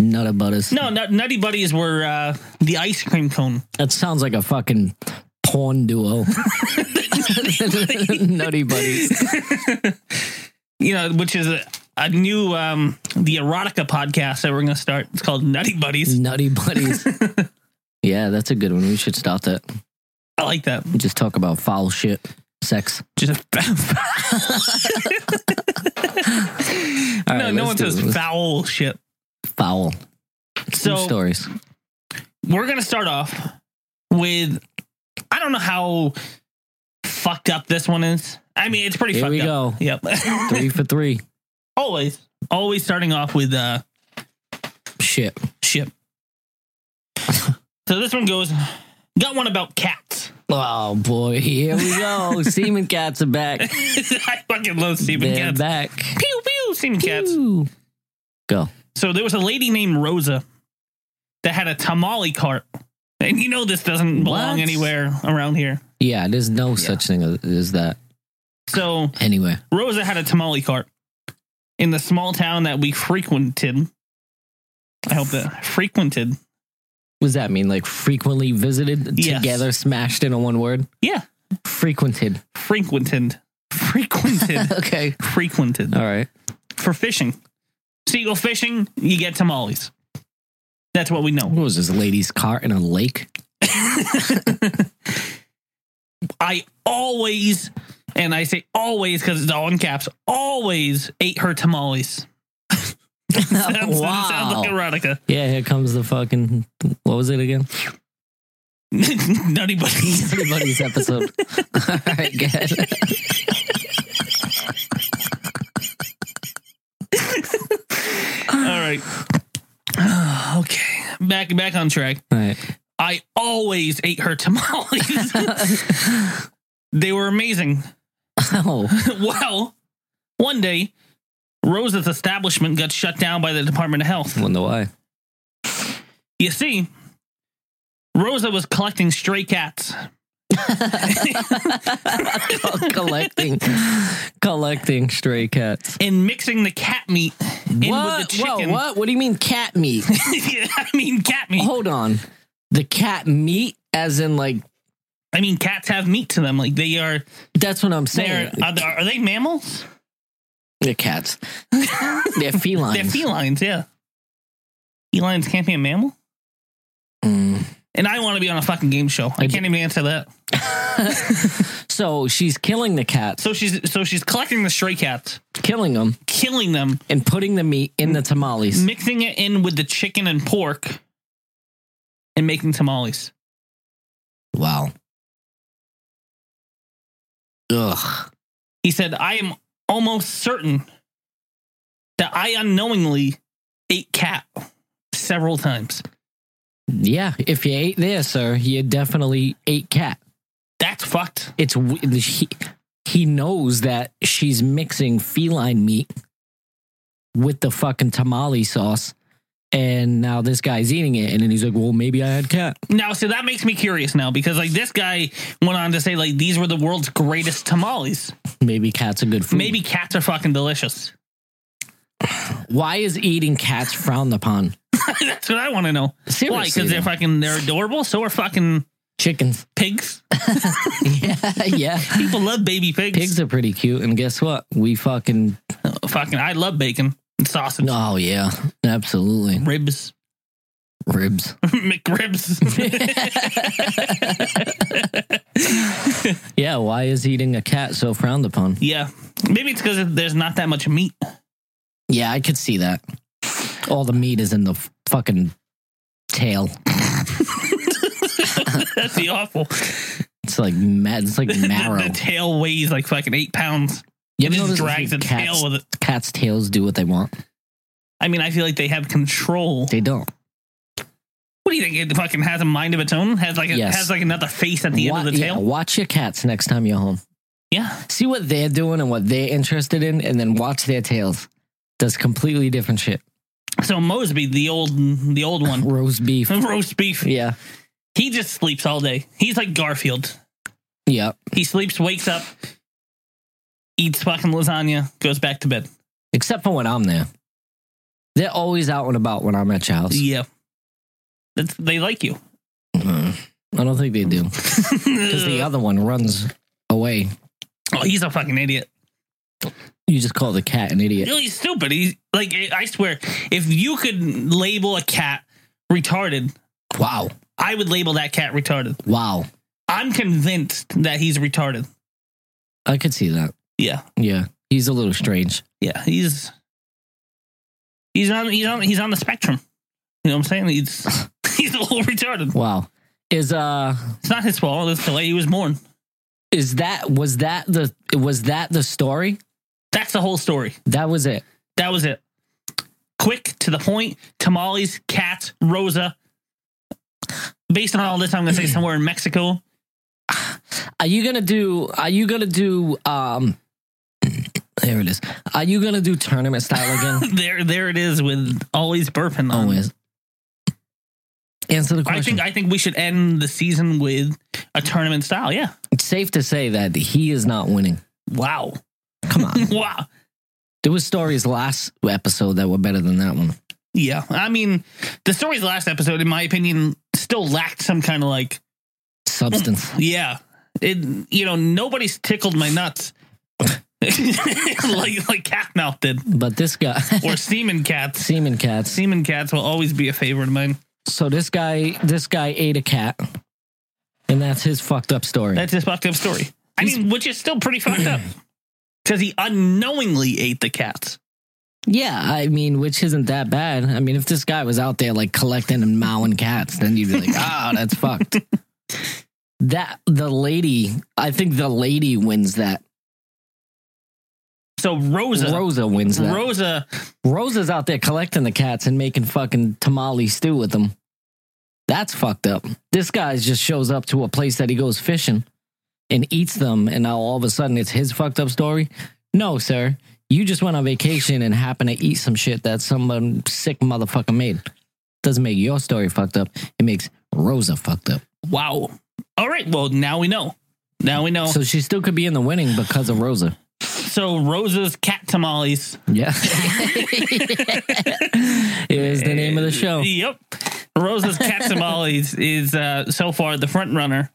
Speaker 2: Nutty buddies.
Speaker 1: No, nut, nutty buddies were uh, the ice cream cone.
Speaker 2: that sounds like a fucking
Speaker 1: [laughs]
Speaker 2: porn duo. Nutty buddies.
Speaker 1: you know, which is a, a new um the erotica podcast that we're gonna start. It's called Nutty Buddies.
Speaker 2: Nutty buddies. Yeah, that's a good one. We should start that.
Speaker 1: I like that.
Speaker 2: Just talk about foul shit, sex.
Speaker 1: Just [laughs]
Speaker 2: All
Speaker 1: no,
Speaker 2: right,
Speaker 1: no
Speaker 2: let's
Speaker 1: one
Speaker 2: do
Speaker 1: says
Speaker 2: it.
Speaker 1: foul shit.
Speaker 2: foul.
Speaker 1: So
Speaker 2: Some stories.
Speaker 1: we're gonna start off with I don't know how fucked up this one is. I mean, it's pretty
Speaker 2: Here
Speaker 1: fucked
Speaker 2: we
Speaker 1: up.
Speaker 2: go.
Speaker 1: Yep. [laughs]
Speaker 2: Three for three.
Speaker 1: always, always starting off with uh
Speaker 2: Shit.
Speaker 1: shit. so this one goes. Got one about cats. [laughs]
Speaker 2: Oh boy, here we go. Semen cats are back.
Speaker 1: I fucking love Stephen
Speaker 2: They're
Speaker 1: cats.
Speaker 2: back.
Speaker 1: Pew pew, Stephen cats.
Speaker 2: Pew. Go.
Speaker 1: So there was a lady named Rosa that had a tamale cart. And you know this doesn't belong
Speaker 2: What?
Speaker 1: anywhere around here.
Speaker 2: Yeah, there's no such thing as as that.
Speaker 1: So
Speaker 2: Anyway,
Speaker 1: Rosa had a tamale cart in the small town that we frequented. I hope that frequented.
Speaker 2: what does that mean? Like frequently visited
Speaker 1: Yes.
Speaker 2: together, smashed into one word?
Speaker 1: Yeah,
Speaker 2: Frequented.
Speaker 1: frequented,
Speaker 2: [laughs]
Speaker 1: frequented,
Speaker 2: okay.
Speaker 1: frequented
Speaker 2: All right.
Speaker 1: for fishing. So you go fishing, you get tamales. That's what we know.
Speaker 2: What was this lady's car in a lake?
Speaker 1: [laughs] I always, and I say always because it's all in caps, always ate her tamales. sounds, sounds like erotica. [laughs]
Speaker 2: Yeah, here comes the fucking. What was it again?
Speaker 1: Nutty buddies.
Speaker 2: Pretty
Speaker 1: [laughs]
Speaker 2: Buddies episode. All right, good.
Speaker 1: all right. [sighs] okay. Back back on track.
Speaker 2: All right.
Speaker 1: I always ate her tamales. [laughs] they were amazing. [laughs]
Speaker 2: Oh,
Speaker 1: well, one day, Rosa's establishment got shut down by the Department of Health. [laughs]
Speaker 2: wonder why.
Speaker 1: You see, Rosa was collecting stray cats.
Speaker 2: collecting, collecting stray cats.
Speaker 1: and mixing the cat meat in with
Speaker 2: What?
Speaker 1: the
Speaker 2: Whoa,
Speaker 1: chicken.
Speaker 2: what? Oh. What do you mean cat meat?
Speaker 1: [laughs] Yeah, I mean cat meat.
Speaker 2: Hold on. The cat meat, as in like
Speaker 1: I mean cats have meat to them. Like they are.
Speaker 2: that's what I'm
Speaker 1: They are.
Speaker 2: saying.
Speaker 1: Are, they- are they mammals?
Speaker 2: They're cats. They're felines.
Speaker 1: They're felines. Yeah. Felines can't be a mammal.
Speaker 2: Mm. [laughs]
Speaker 1: And I want to be on a fucking game show. I
Speaker 2: I
Speaker 1: can't even answer that.
Speaker 2: So she's killing the cats,
Speaker 1: So she's so she's collecting the stray cats,
Speaker 2: killing them,
Speaker 1: killing them,
Speaker 2: and putting the meat in the tamales.
Speaker 1: mixing it in with the chicken and pork, and making tamales.
Speaker 2: Wow. Ugh.
Speaker 1: He said, I am almost certain that I unknowingly ate cat several times.
Speaker 2: Yeah, if you ate there, sir, you definitely ate cat.
Speaker 1: That's fucked.
Speaker 2: It's w- he, he knows that she's mixing feline meat with the fucking tamale sauce, and now this guy's eating it, and then he's like, "Well, maybe I had cat."
Speaker 1: Now, so that makes me curious now because, like, this guy went on to say, like, these were the world's greatest tamales.
Speaker 2: Maybe cat's a good food.
Speaker 1: Maybe cats are fucking delicious. [laughs]
Speaker 2: Why is eating cats frowned upon?
Speaker 1: That's what I want to know.
Speaker 2: Seriously,
Speaker 1: Why? Because they're
Speaker 2: though.
Speaker 1: fucking, they're adorable. So are fucking [laughs]
Speaker 2: chickens. [laughs]
Speaker 1: pigs.
Speaker 2: yeah, yeah.
Speaker 1: People love baby pigs.
Speaker 2: Pigs are pretty cute, and guess what? We fucking
Speaker 1: Uh, fucking, I love bacon and sausage,
Speaker 2: oh yeah, absolutely
Speaker 1: ribs, [laughs]
Speaker 2: ribs.
Speaker 1: McRibs.
Speaker 2: Yeah, why is eating a cat so frowned upon?
Speaker 1: Yeah. Maybe it's because there's not that much meat.
Speaker 2: Yeah, I could see that. All the meat is in the f- fucking tail.
Speaker 1: [laughs] That's the
Speaker 2: [laughs]
Speaker 1: awful.
Speaker 2: It's like ma-
Speaker 1: [laughs]
Speaker 2: it's like
Speaker 1: The-
Speaker 2: marrow.
Speaker 1: The, tail weighs like fucking eight pounds.
Speaker 2: You
Speaker 1: It
Speaker 2: ever
Speaker 1: just
Speaker 2: notice,
Speaker 1: drags
Speaker 2: like,
Speaker 1: its
Speaker 2: cats,
Speaker 1: tail with it.
Speaker 2: Cats' tails do what they want.
Speaker 1: I mean, I feel like they have control.
Speaker 2: They don't.
Speaker 1: What do you think? It fucking has a mind of its own? Has like a,
Speaker 2: Yes.
Speaker 1: has like another face at the
Speaker 2: Wa-
Speaker 1: end of the
Speaker 2: yeah,
Speaker 1: tail?
Speaker 2: watch your cats next time you're home.
Speaker 1: Yeah.
Speaker 2: See what they're doing and what they're interested in, and then watch their tails. Does completely different shit.
Speaker 1: So Mosby, the old the old
Speaker 2: [laughs]
Speaker 1: one, [laughs] Hmm.
Speaker 2: Roast beef.
Speaker 1: roast beef.
Speaker 2: yeah.
Speaker 1: He just sleeps all day. He's like Garfield.
Speaker 2: Yeah.
Speaker 1: He sleeps, wakes up, eats fucking lasagna, goes back to bed.
Speaker 2: Except for when I'm there. They're always out and about when I'm at your house.
Speaker 1: Yeah. That's, they like you. [laughs]
Speaker 2: Mm. I don't think they do. Because the other one runs away.
Speaker 1: Oh, he's a fucking idiot.
Speaker 2: You just call the cat an idiot.
Speaker 1: No, he's stupid. He's like, I swear, if you could label a cat retarded,
Speaker 2: Wow.
Speaker 1: I would label that cat retarded.
Speaker 2: Wow.
Speaker 1: I'm convinced that he's retarded.
Speaker 2: I could see that.
Speaker 1: Yeah,
Speaker 2: Yeah. He's a little strange.
Speaker 1: yeah, he's he's on he's on he's on the spectrum. You know what I'm saying? He's [laughs] he's a little retarded.
Speaker 2: Wow. Is uh
Speaker 1: It's not his fault. It's the way he was born.
Speaker 2: is that was that the was that the story?
Speaker 1: That's the whole story.
Speaker 2: That was it.
Speaker 1: That was it. Quick to the point. Tamales, cats, Rosa. Based on all this, I'm gonna say somewhere in Mexico.
Speaker 2: Are you gonna do are you gonna do um there it is. Are you gonna do tournament style
Speaker 1: [laughs]
Speaker 2: again?
Speaker 1: there, there it is with always burping. on.
Speaker 2: Always. Answer the
Speaker 1: I
Speaker 2: question.
Speaker 1: think I think we should end the season with a tournament style. Yeah,
Speaker 2: it's safe to say that he is not winning.
Speaker 1: Wow.
Speaker 2: Come on.
Speaker 1: [laughs] Wow.
Speaker 2: there was stories last episode that were better than that one.
Speaker 1: Yeah. I mean, the story's last episode, in my opinion, still lacked some kind of like,
Speaker 2: Substance.
Speaker 1: yeah. It, you know, nobody's tickled my nuts. [laughs] like like cat mouth did.
Speaker 2: But this guy, [laughs]
Speaker 1: Or semen cats.
Speaker 2: semen cats.
Speaker 1: Semen cats will always be a favorite of mine.
Speaker 2: So this guy, this guy ate a cat, and that's his fucked up story.
Speaker 1: That's his fucked up story. I
Speaker 2: He's-
Speaker 1: mean, which is still pretty fucked
Speaker 2: [clears throat]
Speaker 1: up. Because he unknowingly ate the cats.
Speaker 2: yeah, I mean, which isn't that bad. I mean, if this guy was out there like collecting and mowing cats, then you'd be [laughs] like, ah, that's fucked. That the lady, I think the lady wins that.
Speaker 1: So Rosa,
Speaker 2: Rosa wins that.
Speaker 1: Rosa,
Speaker 2: Rosa's out there collecting the cats and making fucking tamale stew with them. That's fucked up. This guy just shows up to a place that he goes fishing and eats them, and now all of a sudden it's his fucked up story. No, sir. You just went on vacation and happened to eat some shit that some sick motherfucker made. Doesn't make your story fucked up. It makes Rosa fucked up.
Speaker 1: wow. All right, well, now we know. Now we know.
Speaker 2: So she still could be in the winning because of Rosa.
Speaker 1: So Rosa's cat tamales.
Speaker 2: Yeah. [laughs] it is the name of the show.
Speaker 1: Yep. Rosa's
Speaker 2: [laughs]
Speaker 1: cat tamales is uh, so far the front runner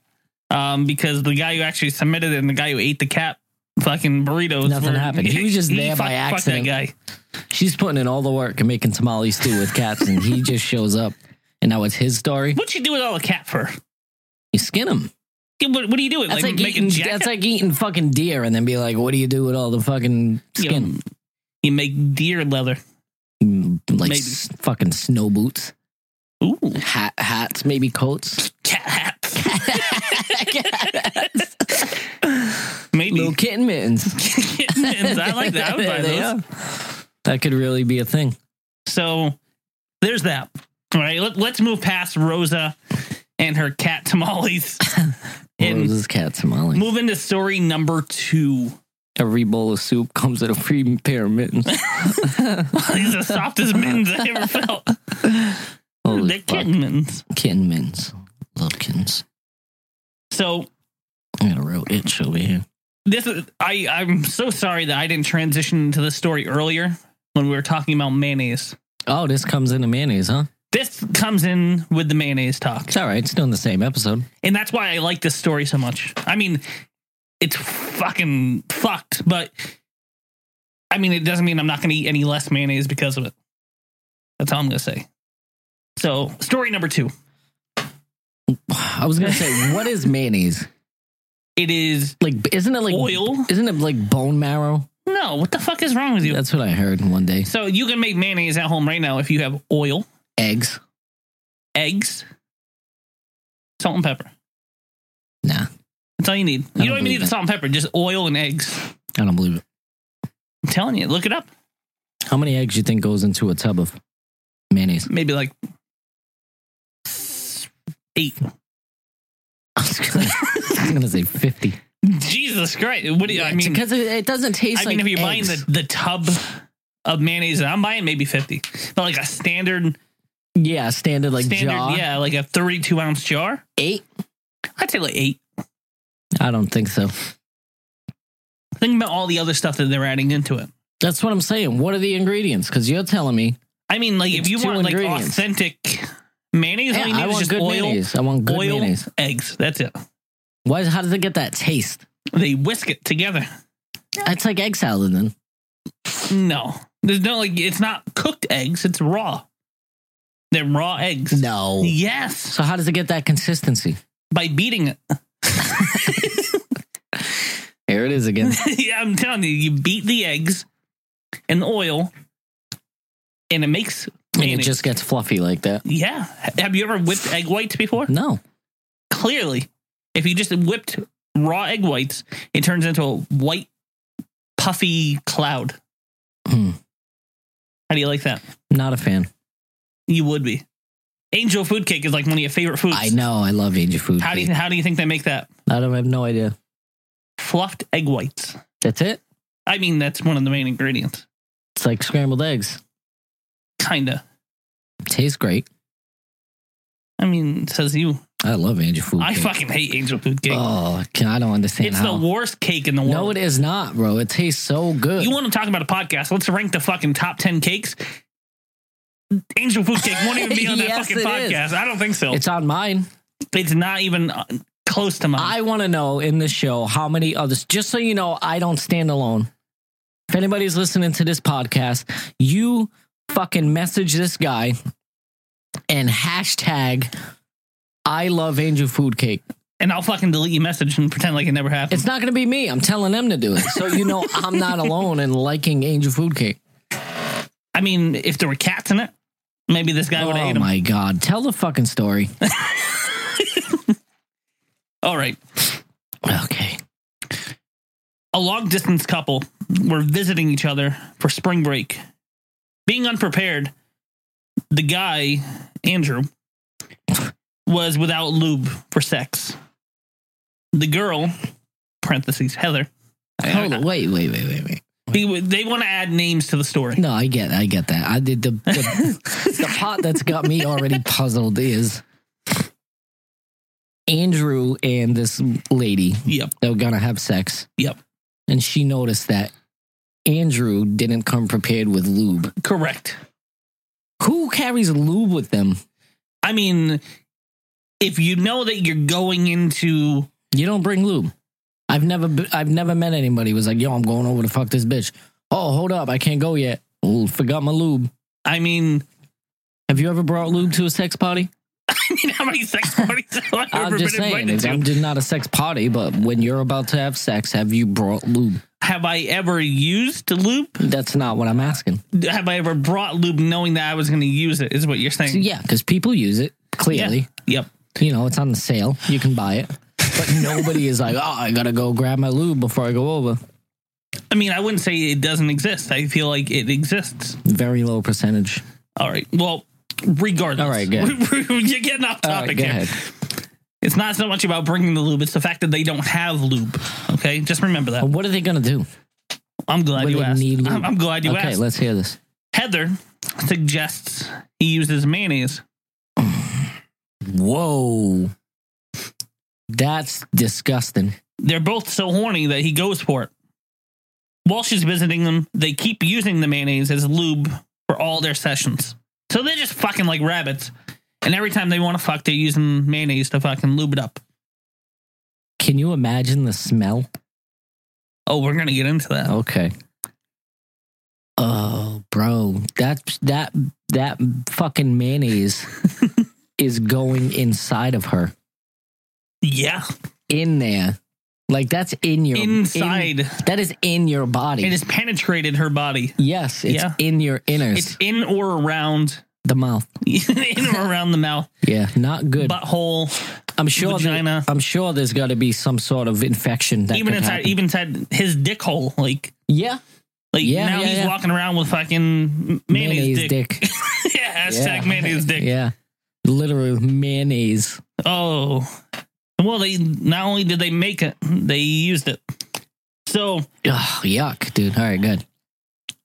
Speaker 1: um, because the guy who actually submitted it and the guy who ate the cat fucking burritos.
Speaker 2: Nothing happened. He was just there by
Speaker 1: fuck- fuck
Speaker 2: accident.
Speaker 1: that guy.
Speaker 2: She's putting in all the work and making tamale stew with cats, and he just shows up. And now it's his story.
Speaker 1: What'd you do with all the cat fur?
Speaker 2: You skin him.
Speaker 1: Yeah, What, what do you do with
Speaker 2: That's
Speaker 1: like,
Speaker 2: like,
Speaker 1: making
Speaker 2: eating.
Speaker 1: jacket?
Speaker 2: That's like eating fucking deer, and then be like, "What do you do with all the fucking
Speaker 1: you,
Speaker 2: skin?
Speaker 1: know, you make deer leather.
Speaker 2: Mm, like
Speaker 1: maybe.
Speaker 2: s- fucking snow boots,
Speaker 1: Ooh,
Speaker 2: hat, hats, maybe coats,
Speaker 1: cat
Speaker 2: [laughs]
Speaker 1: hats. [laughs] Maybe.
Speaker 2: little kitten mittens.
Speaker 1: [laughs] Kittens. I like that. I
Speaker 2: [laughs]
Speaker 1: would buy
Speaker 2: There they
Speaker 1: those.
Speaker 2: are. That could really be a thing.
Speaker 1: So there's that. All right, let, let's move past Rosa and her cat
Speaker 2: [laughs]
Speaker 1: tamales and
Speaker 2: Rose's cat tamale.
Speaker 1: move into story number two.
Speaker 2: Every bowl of soup comes with a free pair
Speaker 1: [laughs]
Speaker 2: of mittens.
Speaker 1: These are the
Speaker 2: [laughs]
Speaker 1: softest mittens I ever felt.
Speaker 2: Holy
Speaker 1: They're
Speaker 2: fuck.
Speaker 1: kitten mittens.
Speaker 2: kitten mittens. Love kittens.
Speaker 1: So
Speaker 2: I got a real itch over here.
Speaker 1: this is I, I'm so sorry that I didn't transition into the story earlier when we were talking about mayonnaise.
Speaker 2: Oh, this comes in the mayonnaise, huh?
Speaker 1: This comes in with the mayonnaise talk.
Speaker 2: It's all right. It's still in the same episode.
Speaker 1: And that's why I like this story so much. I mean, it's fucking fucked, but I mean, it doesn't mean I'm not going to eat any less mayonnaise because of it. That's all I'm going to say. So, story number two
Speaker 2: I was gonna say, what is mayonnaise?
Speaker 1: it is
Speaker 2: Like, isn't it like
Speaker 1: oil.
Speaker 2: Isn't it like bone marrow?
Speaker 1: No, what the fuck is wrong with you?
Speaker 2: That's what I heard one day.
Speaker 1: So, you can make mayonnaise at home right now if you have oil,
Speaker 2: Eggs?
Speaker 1: eggs, salt, and pepper.
Speaker 2: Nah,
Speaker 1: That's all you need.
Speaker 2: don't
Speaker 1: You don't even
Speaker 2: believe
Speaker 1: need the
Speaker 2: it.
Speaker 1: salt and pepper, just oil and eggs.
Speaker 2: I don't believe it.
Speaker 1: I'm telling you, look it up.
Speaker 2: How many eggs you think goes into a tub of mayonnaise? [laughs]
Speaker 1: Maybe like eight.
Speaker 2: I was gonna, I was gonna say fifty.
Speaker 1: Jesus Christ! What do you? I mean,
Speaker 2: because it, it doesn't taste.
Speaker 1: I mean,
Speaker 2: like
Speaker 1: if you're buying
Speaker 2: eggs.
Speaker 1: the, the tub of mayonnaise, I'm buying maybe fifty, but like a standard,
Speaker 2: yeah standard like
Speaker 1: standard,
Speaker 2: jar
Speaker 1: yeah, like a 32 ounce jar,
Speaker 2: eight,
Speaker 1: I'd say like eight.
Speaker 2: I don't think so.
Speaker 1: Think about all the other stuff that they're adding into it.
Speaker 2: That's what I'm saying. What are the ingredients? Because you're telling me
Speaker 1: I mean, like
Speaker 2: It's
Speaker 1: if you
Speaker 2: two
Speaker 1: want like
Speaker 2: ingredients.
Speaker 1: authentic mayonnaise, all
Speaker 2: Yeah,
Speaker 1: you need
Speaker 2: I
Speaker 1: is
Speaker 2: want
Speaker 1: just
Speaker 2: good
Speaker 1: oil,
Speaker 2: mayonnaise. I want good
Speaker 1: oil,
Speaker 2: mayonnaise.
Speaker 1: eggs. That's it.
Speaker 2: Why? How does it get that taste?
Speaker 1: They whisk it together.
Speaker 2: It's like egg salad then.
Speaker 1: No, there's no like it's not cooked eggs. It's raw. They're raw eggs.
Speaker 2: No.
Speaker 1: Yes,
Speaker 2: So how does it get that consistency?
Speaker 1: by beating it.
Speaker 2: Here it
Speaker 1: [laughs]
Speaker 2: is again.
Speaker 1: yeah, I'm telling you, you beat the eggs and the oil, and it makes
Speaker 2: and
Speaker 1: mayonnaise.
Speaker 2: it just gets fluffy like that.
Speaker 1: yeah. Have you ever whipped egg whites before?
Speaker 2: No.
Speaker 1: Clearly, if you just whipped raw egg whites, it turns into a white puffy cloud.
Speaker 2: Hmm.
Speaker 1: How do you like that?
Speaker 2: Not a fan.
Speaker 1: You would be. Angel food cake is like one of your favorite foods.
Speaker 2: I know. I love angel food.
Speaker 1: How do you
Speaker 2: cake.
Speaker 1: how do you think they make that
Speaker 2: I don't I have no idea.
Speaker 1: fluffed egg whites?
Speaker 2: That's it.
Speaker 1: I mean, that's one of the main ingredients.
Speaker 2: It's like scrambled eggs.
Speaker 1: Kinda.
Speaker 2: Tastes great.
Speaker 1: I mean, says you.
Speaker 2: I love angel food.
Speaker 1: I
Speaker 2: cake.
Speaker 1: fucking hate angel food cake.
Speaker 2: Oh, can- I don't understand
Speaker 1: it's
Speaker 2: how.
Speaker 1: the worst cake in the world.
Speaker 2: no, it is not, bro. It tastes so good.
Speaker 1: You want to talk about a podcast? Let's rank the fucking top 10 cakes. Angel food cake won't even be on that
Speaker 2: [laughs] Yes,
Speaker 1: fucking
Speaker 2: it is.
Speaker 1: podcast. I don't think so. It's,
Speaker 2: it's on mine.
Speaker 1: not even uh, close to mine.
Speaker 2: I want to know in this show how many others, just so you know, I don't stand alone. If anybody's listening to this podcast, you fucking message this guy and hashtag I love angel food cake.
Speaker 1: and I'll fucking delete your message and pretend like it never happened.
Speaker 2: It's not going to be me. I'm telling them to do it. So you know I'm not alone in liking angel food cake.
Speaker 1: I mean, if there were cats in it, maybe this guy would have
Speaker 2: oh
Speaker 1: ate them.
Speaker 2: my God. Tell the fucking story.
Speaker 1: All right.
Speaker 2: okay.
Speaker 1: a long distance couple were visiting each other for spring break. Being unprepared, the guy, Andrew, was without lube for sex. The girl, parentheses, Heather,
Speaker 2: Hold on. Wait, wait, wait, wait, wait.
Speaker 1: he, w- they want to add names to the
Speaker 2: [laughs]
Speaker 1: story.
Speaker 2: No, I get, I get that. I did the the, the part that's got me already puzzled is Andrew and this lady
Speaker 1: Yep.
Speaker 2: they were gonna have sex.
Speaker 1: Yep.
Speaker 2: and she noticed that Andrew didn't come prepared with lube.
Speaker 1: Correct.
Speaker 2: Who carries lube with them?
Speaker 1: I mean, if you know that you're going into
Speaker 2: You don't bring lube. I've never, be- I've never met anybody who was like, "Yo, I'm going over to fuck this bitch." Oh, hold up, I can't go yet. Ooh, forgot my lube.
Speaker 1: I mean, [laughs]
Speaker 2: Have you ever brought lube to a sex party?
Speaker 1: I mean, how many sex parties have I
Speaker 2: I'm
Speaker 1: ever been
Speaker 2: just saying,
Speaker 1: invited
Speaker 2: if
Speaker 1: to?
Speaker 2: I'm just not a sex party, but when you're about to have sex, have you brought lube?
Speaker 1: Have I ever used lube?
Speaker 2: That's not what I'm asking.
Speaker 1: have I ever brought lube knowing that I was going to use it? Is what you're saying?
Speaker 2: So, yeah, because people use it clearly.
Speaker 1: Yep.
Speaker 2: You know, it's on the sale. You can buy it, but nobody is like, oh, I gotta go grab my lube before I go over.
Speaker 1: I mean, I wouldn't say it doesn't exist. I feel like it exists.
Speaker 2: Very low percentage.
Speaker 1: All right. Well, regardless.
Speaker 2: All right, good.
Speaker 1: [laughs] you're getting off
Speaker 2: All right,
Speaker 1: topic
Speaker 2: go
Speaker 1: here.
Speaker 2: ahead.
Speaker 1: It's not so much about bringing the lube; it's the fact that they don't have lube. Okay, just remember that.
Speaker 2: What are they gonna do?
Speaker 1: I'm glad
Speaker 2: Oh, Well,
Speaker 1: you
Speaker 2: they
Speaker 1: asked.
Speaker 2: need lube.
Speaker 1: I'm, I'm glad you
Speaker 2: okay,
Speaker 1: asked.
Speaker 2: let's hear this.
Speaker 1: Heather suggests he uses mayonnaise.
Speaker 2: Whoa, that's disgusting.
Speaker 1: They're both so horny that he goes for it. While she's visiting them, they keep using the mayonnaise as lube for all their sessions. So they're just fucking like rabbits. And every time they want to fuck, they're using mayonnaise to fucking lube it up.
Speaker 2: Can you imagine the smell?
Speaker 1: Oh, we're going to get into that.
Speaker 2: Okay. Oh, bro, that that that
Speaker 1: [laughs]
Speaker 2: fucking mayonnaise is going inside of her,
Speaker 1: Yeah.
Speaker 2: in there, like that's in your in-
Speaker 1: Inside.
Speaker 2: that is in your body.
Speaker 1: it has penetrated her body.
Speaker 2: yes, it's
Speaker 1: Yeah.
Speaker 2: in your inners,
Speaker 1: It's in or around, [laughs]
Speaker 2: the mouth.
Speaker 1: in or around the mouth,
Speaker 2: Yeah, not good.
Speaker 1: butthole,
Speaker 2: I'm sure. that-
Speaker 1: vagina.
Speaker 2: I'm sure there's got to be some sort of infection that
Speaker 1: even
Speaker 2: could
Speaker 1: inside,
Speaker 2: happen.
Speaker 1: even inside his dick hole. Like,
Speaker 2: yeah,
Speaker 1: like
Speaker 2: Yeah,
Speaker 1: now
Speaker 2: yeah,
Speaker 1: he's
Speaker 2: yeah.
Speaker 1: walking around with fucking mayonnaise, dick.
Speaker 2: dick.
Speaker 1: [laughs] yeah,
Speaker 2: Yeah.
Speaker 1: hashtag mayonnaise dick.
Speaker 2: [laughs] yeah, literal mayonnaise.
Speaker 1: Oh, well, they not only did they make it, they used it. So
Speaker 2: Oh, yuck, dude. All right, good.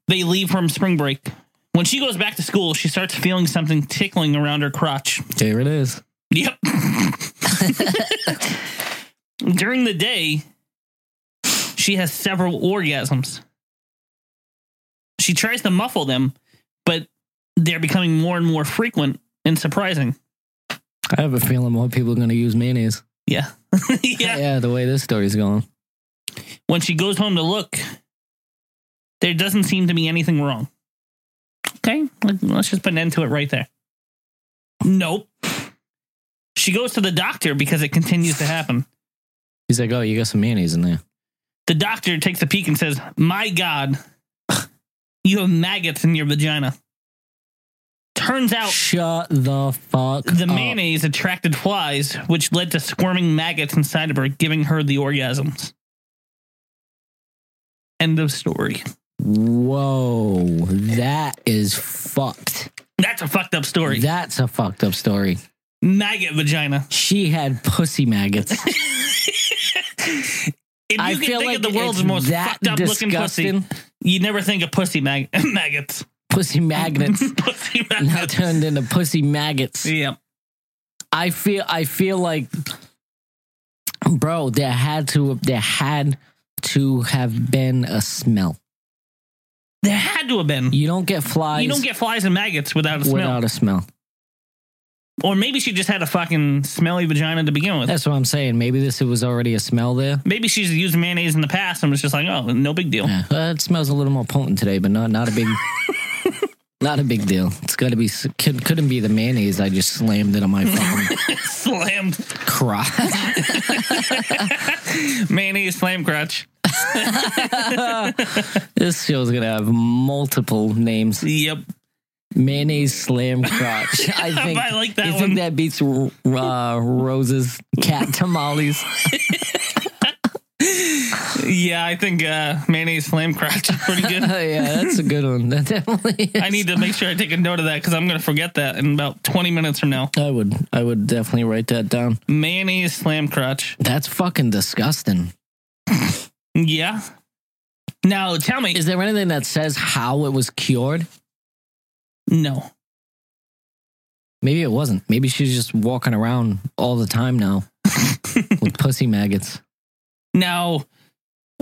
Speaker 1: they leave from spring break. When she goes back to school, she starts feeling something tickling around her crotch.
Speaker 2: There it is.
Speaker 1: Yep. [laughs] During the day, she has several orgasms. She tries to muffle them, but they're becoming more and more frequent and surprising. [laughs]
Speaker 2: I have a feeling more people are going to use mayonnaise.
Speaker 1: Yeah. yeah.
Speaker 2: the way this story's going.
Speaker 1: when she goes home to look, there doesn't seem to be anything wrong. Okay, let- let's just put an end to it right there. Nope. She goes to the doctor because it continues to happen.
Speaker 2: He's like, oh, you got some mayonnaise in there.
Speaker 1: The doctor takes a peek and says, My God, you have maggots in your vagina. Turns out
Speaker 2: Shut the fuck
Speaker 1: the
Speaker 2: up.
Speaker 1: mayonnaise attracted flies, which led to squirming maggots inside of her, giving her the orgasms. End of story.
Speaker 2: Whoa, that is fucked.
Speaker 1: That's a fucked up story.
Speaker 2: That's a fucked up story.
Speaker 1: maggot vagina.
Speaker 2: She had pussy
Speaker 1: [laughs]
Speaker 2: maggots.
Speaker 1: If you
Speaker 2: I
Speaker 1: can
Speaker 2: feel
Speaker 1: think
Speaker 2: like
Speaker 1: of the world's
Speaker 2: it's
Speaker 1: most
Speaker 2: that
Speaker 1: fucked up looking
Speaker 2: disgusting.
Speaker 1: pussy, you never think of pussy mag- [laughs] maggots.
Speaker 2: Pussy magnets
Speaker 1: [laughs] pussy
Speaker 2: now [laughs]
Speaker 1: maggots.
Speaker 2: turned into pussy maggots.
Speaker 1: Yeah.
Speaker 2: I feel I feel like bro, there had to there had to have been a smell.
Speaker 1: There had to have been.
Speaker 2: You don't get flies
Speaker 1: You don't get flies and maggots without a smell.
Speaker 2: without a smell.
Speaker 1: or maybe she just had a fucking smelly vagina to begin with.
Speaker 2: That's what I'm saying. Maybe this it was already a smell there.
Speaker 1: Maybe she's used mayonnaise in the past and was just like, oh, no big [laughs] deal.
Speaker 2: Yeah. Uh, it smells a little more potent today, but not not
Speaker 1: [laughs]
Speaker 2: a big not a big deal. It's got to be could, couldn't be the mayonnaise I just slammed
Speaker 1: [laughs]
Speaker 2: into my fucking
Speaker 1: Slammed
Speaker 2: crotch.
Speaker 1: mayonnaise slam crotch.
Speaker 2: this show's gonna have multiple names.
Speaker 1: Yep.
Speaker 2: Mayonnaise slam
Speaker 1: [laughs]
Speaker 2: crotch. I think
Speaker 1: I like that
Speaker 2: You
Speaker 1: one.
Speaker 2: think that beats R- uh, Rose's cat
Speaker 1: [laughs]
Speaker 2: tamales?
Speaker 1: Yeah, I think uh, mayonnaise slam crotch is pretty
Speaker 2: [laughs]
Speaker 1: good.
Speaker 2: Oh, yeah, that's a good one. That definitely.
Speaker 1: [laughs]
Speaker 2: Is.
Speaker 1: I need to make sure I take a note of that because I'm going to forget that in about 20 minutes from now.
Speaker 2: I would. I would definitely write that down.
Speaker 1: Mayonnaise slam crotch.
Speaker 2: That's fucking disgusting.
Speaker 1: Yeah. Now tell me.
Speaker 2: Is there anything that says how it was cured?
Speaker 1: no.
Speaker 2: Maybe it wasn't. Maybe she's just walking around all the
Speaker 1: [laughs]
Speaker 2: time now with pussy maggots.
Speaker 1: Now,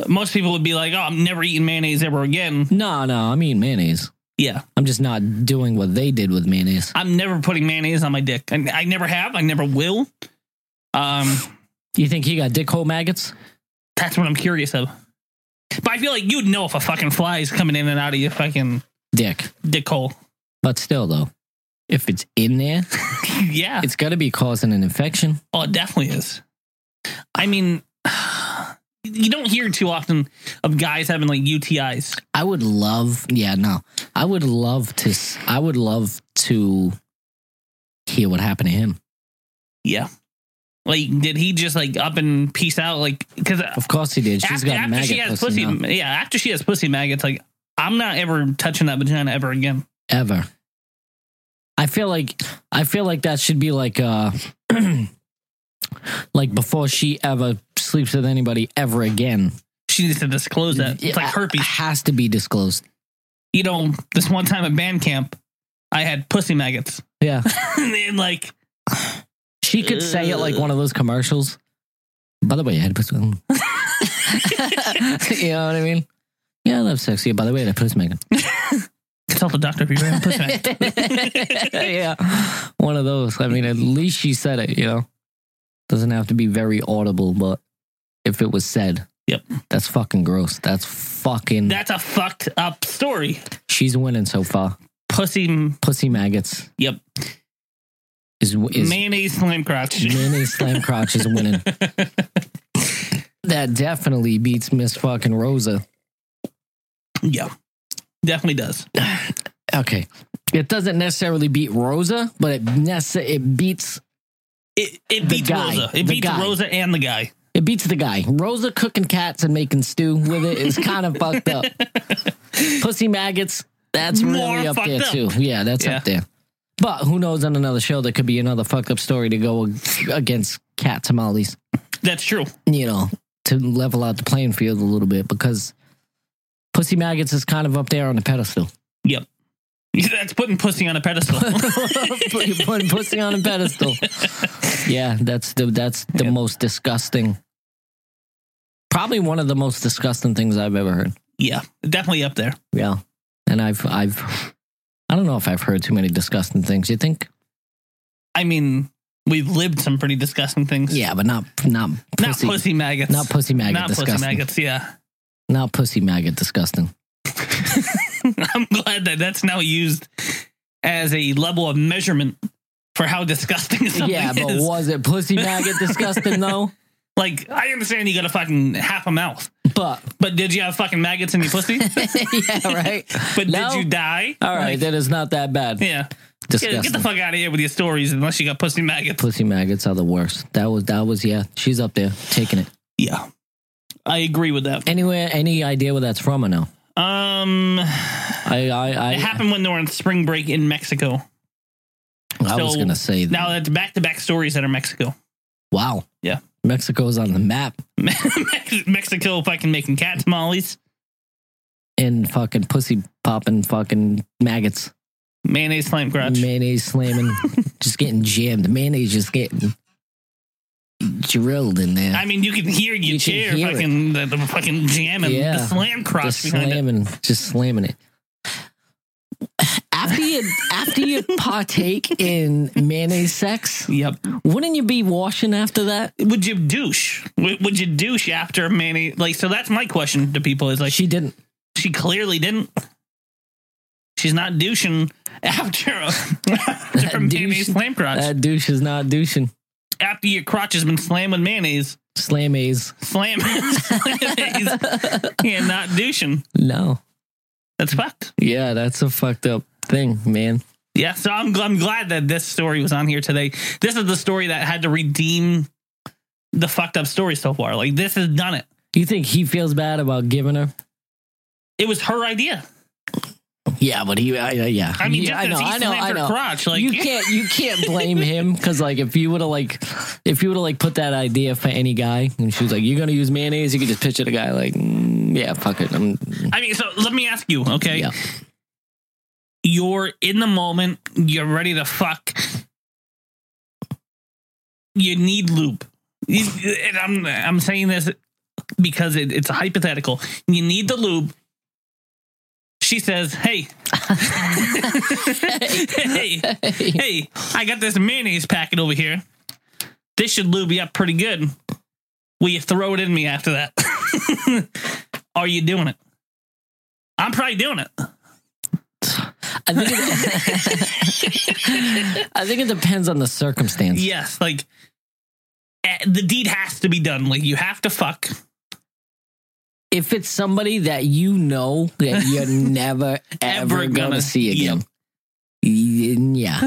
Speaker 1: most people would be like, oh, I'm never eating mayonnaise ever again.
Speaker 2: No, no. I mean mayonnaise.
Speaker 1: Yeah.
Speaker 2: I'm just not doing what they did with mayonnaise.
Speaker 1: I'm never putting mayonnaise on my dick. I, I never have. I never will. Um,
Speaker 2: You think he got dick hole maggots?
Speaker 1: that's what I'm curious of. But I feel like you'd know if a fucking fly is coming in and out of your fucking
Speaker 2: Dick.
Speaker 1: dick hole.
Speaker 2: But still, though, if it's in
Speaker 1: [laughs]
Speaker 2: there,
Speaker 1: yeah.
Speaker 2: it's got to be causing an infection.
Speaker 1: Oh, it definitely is. I mean, [sighs] you don't hear too often of guys having like UTIs.
Speaker 2: I would love, yeah, no, I would love to, s- I would love to hear what happened to him.
Speaker 1: Yeah. Like, did he just like up and peace out? Like, because
Speaker 2: Of course he did. She's
Speaker 1: after,
Speaker 2: got
Speaker 1: after
Speaker 2: maggot
Speaker 1: she has
Speaker 2: pussy,
Speaker 1: pussy,
Speaker 2: now.
Speaker 1: yeah, after she has pussy maggots, like I'm not ever touching that vagina ever again.
Speaker 2: ever. I feel like I feel like that should be like uh [clears throat] like before she ever sleeps with anybody ever again.
Speaker 1: She needs to disclose that. It's like herpes.
Speaker 2: has to be disclosed.
Speaker 1: You know, this one time at band camp, I had pussy maggots, [laughs]
Speaker 2: Yeah.
Speaker 1: and like,
Speaker 2: She could say it like one of those commercials. By the way, I had pussy. [laughs] you know what I mean? Yeah, I love sexy. By the way, that pussy maggot.
Speaker 1: consult the doctor if you're having pussy maggots.
Speaker 2: [laughs] yeah, one of those. I mean, at least she said it. You know, doesn't have to be very audible, but if it was said,
Speaker 1: Yep.
Speaker 2: that's fucking gross. That's fucking.
Speaker 1: That's a fucked up story.
Speaker 2: she's winning so far.
Speaker 1: Pussy, m-
Speaker 2: Pussy maggots
Speaker 1: yep,
Speaker 2: is is
Speaker 1: mayonnaise slam crotch.
Speaker 2: mayonnaise slam crotch is winning. That definitely beats Miss fucking Rosa.
Speaker 1: yeah, definitely does.
Speaker 2: Okay. It doesn't necessarily beat Rosa, but it nece- it beats
Speaker 1: It
Speaker 2: The
Speaker 1: it beats
Speaker 2: guy.
Speaker 1: Rosa.
Speaker 2: The
Speaker 1: It beats
Speaker 2: guy.
Speaker 1: Rosa and the guy.
Speaker 2: it beats the guy. Rosa cooking cats and making stew with it is
Speaker 1: [laughs]
Speaker 2: kind of fucked up. Pussy maggots, that's
Speaker 1: More
Speaker 2: really up
Speaker 1: fucked
Speaker 2: there
Speaker 1: up.
Speaker 2: too. Yeah, that's
Speaker 1: Yeah.
Speaker 2: up there. But who knows on another show there could be another fucked up story to go against cat tamales,
Speaker 1: That's true. [laughs]
Speaker 2: you know, to level out the playing field a little bit because pussy maggots is kind of up there on the pedestal.
Speaker 1: Yep, that's putting pussy on a pedestal.
Speaker 2: [laughs] Put- You're putting pussy on a pedestal. Yeah, that's the that's the
Speaker 1: Yeah.
Speaker 2: most disgusting. Probably one of the most disgusting things I've ever heard.
Speaker 1: yeah, definitely up there.
Speaker 2: Yeah, and I've I've I don't know if I've heard too many disgusting things. You think?
Speaker 1: I mean, we've lived some pretty disgusting things.
Speaker 2: Yeah, but not not
Speaker 1: Not
Speaker 2: pussy,
Speaker 1: pussy, maggots.
Speaker 2: not pussy maggot
Speaker 1: Not
Speaker 2: disgusting.
Speaker 1: pussy maggots, yeah. [laughs]
Speaker 2: Not pussy maggot disgusting.
Speaker 1: I'm glad that that's now used as a level of measurement for how disgusting [laughs] something
Speaker 2: yeah, but
Speaker 1: is.
Speaker 2: was it pussy maggot disgusting [laughs] though?
Speaker 1: like, I understand you got a fucking half a mouth,
Speaker 2: But
Speaker 1: but did you have fucking maggots in your pussy?
Speaker 2: [laughs] yeah, right.
Speaker 1: But
Speaker 2: No.
Speaker 1: did you die?
Speaker 2: All right, that is not that bad.
Speaker 1: Yeah.
Speaker 2: Disgusting.
Speaker 1: Get, get the fuck out of here with your stories unless you got pussy maggots.
Speaker 2: pussy maggots are the worst. That was that was yeah. She's up there taking it.
Speaker 1: Yeah. I agree with that.
Speaker 2: Anywhere, any idea where that's from or no?
Speaker 1: Um,
Speaker 2: I I I,
Speaker 1: it happened when they were on spring break in Mexico.
Speaker 2: I was
Speaker 1: so
Speaker 2: gonna say
Speaker 1: Now that's back to back stories that are Mexico.
Speaker 2: Wow.
Speaker 1: Yeah.
Speaker 2: Mexico's on the map
Speaker 1: [laughs] Mex- Mexico fucking making cat tamales.
Speaker 2: in fucking pussy popping fucking maggots.
Speaker 1: Mayonnaise slam crotch. [laughs]
Speaker 2: Mayonnaise slamming, just getting jammed. Mayonnaise just getting drilled in there.
Speaker 1: I mean, you can hear your
Speaker 2: You can
Speaker 1: chair
Speaker 2: hear it.
Speaker 1: fucking the, the fucking jam and
Speaker 2: Yeah.
Speaker 1: the slam
Speaker 2: just
Speaker 1: crotch behind it.
Speaker 2: slamming, just slamming it. After you,
Speaker 1: [laughs]
Speaker 2: after you partake in mayonnaise sex,
Speaker 1: Yep.
Speaker 2: wouldn't you be washing after that?
Speaker 1: Would you douche? Would, would you douche after mayonnaise? Like, so that's my question to people is like,
Speaker 2: She didn't.
Speaker 1: she clearly didn't. She's not douching after a, [laughs] after a
Speaker 2: Douche. Uh,
Speaker 1: mayonnaise slam crotch.
Speaker 2: That douche is not douching.
Speaker 1: after your crotch has been slammed with mayonnaise,
Speaker 2: Slammies.
Speaker 1: slam [laughs] mayonnaise,
Speaker 2: [laughs]
Speaker 1: and not douching.
Speaker 2: No.
Speaker 1: That's fucked.
Speaker 2: Yeah, that's a fucked up thing, man.
Speaker 1: Yeah. So I'm, gl- I'm glad that this story was on here today. This is the story that had to redeem the fucked up story so far. Like, this has done it.
Speaker 2: Do you think he feels bad about giving her?
Speaker 1: It was her idea.
Speaker 2: Yeah, but he, I, I- yeah.
Speaker 1: I mean,
Speaker 2: Yeah,
Speaker 1: just as he slammed her crotch, like,
Speaker 2: you can't, you can't blame him because, like, if you would have like, if you would have like put that idea for any guy, and she was like, "You're gonna use mayonnaise," you could just picture the guy like, mm, "Yeah, fuck it." I'm,
Speaker 1: I mean, so let me ask you, okay? [laughs]
Speaker 2: Yeah. [laughs]
Speaker 1: You're in the moment, you're ready to fuck. You need lube. You- And I'm I'm saying this because it, it's a hypothetical. You need the lube. She says, "Hey, [laughs] hey, hey, I got this mayonnaise packet over here. This should lube you up pretty good. Will you throw it in me after that? [laughs] Are you doing it? I'm probably doing it.
Speaker 2: I think, it, [laughs] I think it depends on the circumstance.
Speaker 1: Yes, like eh, the deed has to be done. Like you have to fuck.
Speaker 2: If it's somebody that you know that
Speaker 1: [laughs]
Speaker 2: you're never ever
Speaker 1: Ever
Speaker 2: gonna,
Speaker 1: gonna-
Speaker 2: see again,
Speaker 1: [laughs]
Speaker 2: yeah.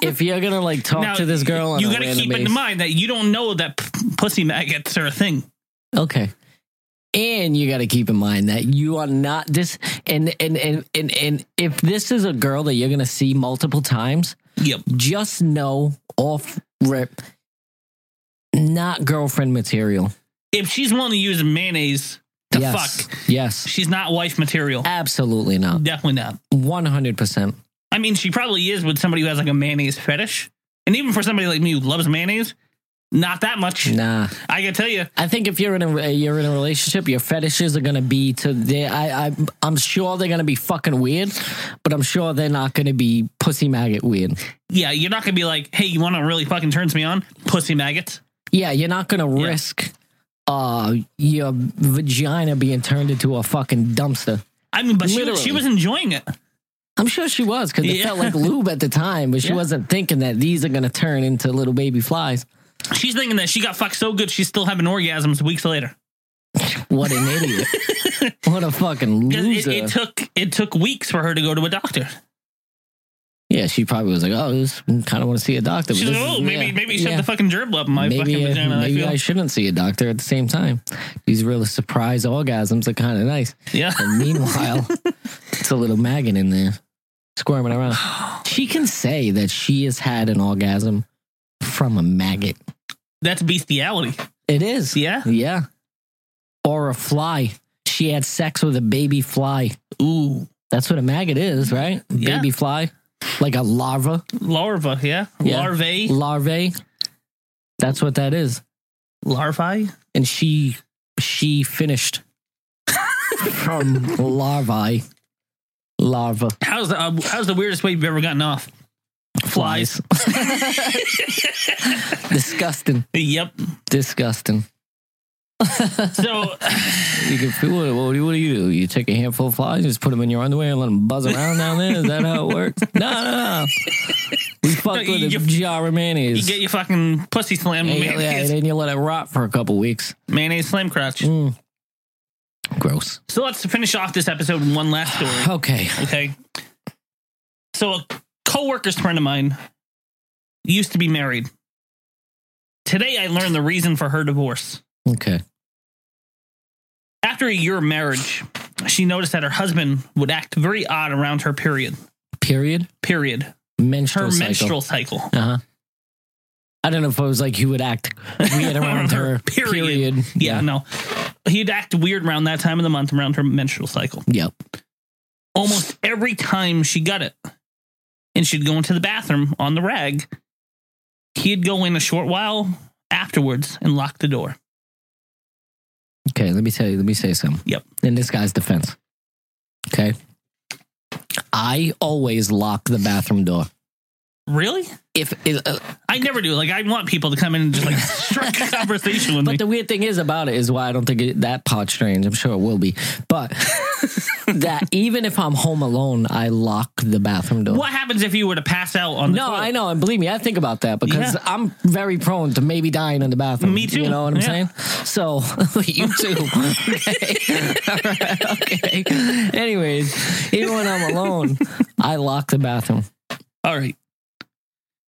Speaker 2: if you're gonna like talk
Speaker 1: Now,
Speaker 2: to this girl, on
Speaker 1: you
Speaker 2: a
Speaker 1: got to
Speaker 2: random
Speaker 1: keep in
Speaker 2: basis-
Speaker 1: mind that you don't know that p- pussy maggots are a thing.
Speaker 2: Okay. And you got to keep in mind that you are not this, and and and and and if this is a girl that you're gonna see multiple times,
Speaker 1: Yep.
Speaker 2: just know off rip, not girlfriend material.
Speaker 1: If she's willing to use mayonnaise to
Speaker 2: yes,
Speaker 1: fuck,
Speaker 2: yes,
Speaker 1: she's not wife material.
Speaker 2: absolutely not,
Speaker 1: Definitely not.
Speaker 2: one hundred percent.
Speaker 1: I mean, she probably is with somebody who has like a mayonnaise fetish. And even for somebody like me who loves mayonnaise, not that much.
Speaker 2: Nah,
Speaker 1: I can tell you,
Speaker 2: I think if you're in a you're in a relationship, your fetishes are gonna be to the. I I I'm sure they're gonna be fucking weird, but I'm sure they're not gonna be pussy maggot weird.
Speaker 1: yeah, you're not gonna be like, hey, you want to really fucking turns me on, pussy maggots.
Speaker 2: Yeah, you're not gonna
Speaker 1: Yeah.
Speaker 2: risk uh your vagina being turned into a fucking dumpster.
Speaker 1: I mean, but she,
Speaker 2: Literally.
Speaker 1: she was enjoying it.
Speaker 2: I'm sure she was because it
Speaker 1: Yeah.
Speaker 2: felt like lube at the time, but she
Speaker 1: Yeah.
Speaker 2: wasn't thinking that these are gonna turn into little baby flies.
Speaker 1: She's thinking that she got fucked so good she's still having orgasms weeks later.
Speaker 2: What an idiot!
Speaker 1: [laughs]
Speaker 2: what a fucking
Speaker 1: 'Cause It,
Speaker 2: loser!
Speaker 1: it took it took weeks for her to go to a doctor.
Speaker 2: yeah, she probably was like, "Oh, this kind of want to see a doctor." but
Speaker 1: She's like,
Speaker 2: this is-
Speaker 1: oh, maybe
Speaker 2: yeah,
Speaker 1: maybe shove
Speaker 2: yeah.
Speaker 1: the fucking gerbil up in my
Speaker 2: maybe,
Speaker 1: fucking
Speaker 2: uh,
Speaker 1: vagina.
Speaker 2: maybe
Speaker 1: I
Speaker 2: I
Speaker 1: feel.
Speaker 2: shouldn't see a doctor at the same time. These really surprise orgasms are kind of nice.
Speaker 1: yeah. [sighs] [laughs]
Speaker 2: And meanwhile, it's a little maggot in there squirming around. She can say that she has had an orgasm from a maggot.
Speaker 1: That's bestiality.
Speaker 2: It is.
Speaker 1: Yeah.
Speaker 2: Yeah. Or a fly. She had sex with a baby fly.
Speaker 1: Ooh.
Speaker 2: That's what a maggot is, right?
Speaker 1: Yeah.
Speaker 2: Baby fly. Like a larva,
Speaker 1: Larva, yeah.
Speaker 2: Yeah. Mm.
Speaker 1: Larvae.
Speaker 2: larvae. That's what that is.
Speaker 1: Larvae?
Speaker 2: And she she finished from larvae. Larva.
Speaker 1: How's the uh, how's the weirdest way you've ever gotten off? Flies. [laughs]
Speaker 2: Disgusting.
Speaker 1: yep.
Speaker 2: Disgusting.
Speaker 1: So [laughs]
Speaker 2: You can feel it. What do, you, what do you do? You take a handful of flies, just put them in your underwear, and let them buzz around down there. Is that how
Speaker 1: [laughs]
Speaker 2: it works? No, no, no. We fuck
Speaker 1: No,
Speaker 2: with
Speaker 1: you-
Speaker 2: a jar
Speaker 1: you
Speaker 2: of mayonnaise.
Speaker 1: get your fucking pussy slammed with
Speaker 2: And you- yeah, and
Speaker 1: mayonnaise,
Speaker 2: then you let it rot for a couple weeks.
Speaker 1: mayonnaise slam crotch.
Speaker 2: Mm. Gross.
Speaker 1: So let's finish off this episode with one last story.
Speaker 2: Okay.
Speaker 1: Okay. So a coworker's friend of mine used to be married. Today I learned the reason for her divorce.
Speaker 2: Okay.
Speaker 1: After a year of marriage, she noticed that her husband would act very odd around her period.
Speaker 2: Period.
Speaker 1: Period. Her
Speaker 2: Menstrual cycle.
Speaker 1: menstrual cycle.
Speaker 2: Uh huh. I don't know if it was like he would act
Speaker 1: [laughs]
Speaker 2: weird around her.
Speaker 1: Period.
Speaker 2: Period.
Speaker 1: Yeah, no. He'd act weird around that time of the month around her menstrual cycle.
Speaker 2: Yep.
Speaker 1: almost every time she got it and she'd go into the bathroom on the rag, he'd go in a short while afterwards and lock the door.
Speaker 2: Okay, let me tell you. Let me say something.
Speaker 1: Yep.
Speaker 2: In this guy's defense, okay, I always lock the bathroom door.
Speaker 1: Really?
Speaker 2: If it, uh,
Speaker 1: I never do. Like, I want people to come in and
Speaker 2: [laughs]
Speaker 1: just like strike a conversation with me.
Speaker 2: but the weird thing is about it is why I don't think it, that part's strange. I'm sure it will be,
Speaker 1: [laughs]
Speaker 2: but that even if I'm home alone, I lock the bathroom door.
Speaker 1: what happens if you were to pass out on the
Speaker 2: No,
Speaker 1: toilet?
Speaker 2: I know, and believe me, I think about that because
Speaker 1: Yeah.
Speaker 2: I'm very prone to maybe dying in the bathroom.
Speaker 1: Me too.
Speaker 2: You know what I'm
Speaker 1: Yeah.
Speaker 2: saying? So [laughs] you too.
Speaker 1: [laughs]
Speaker 2: okay. All right, okay. [laughs] Anyways, even when I'm alone, I lock the bathroom.
Speaker 1: All right.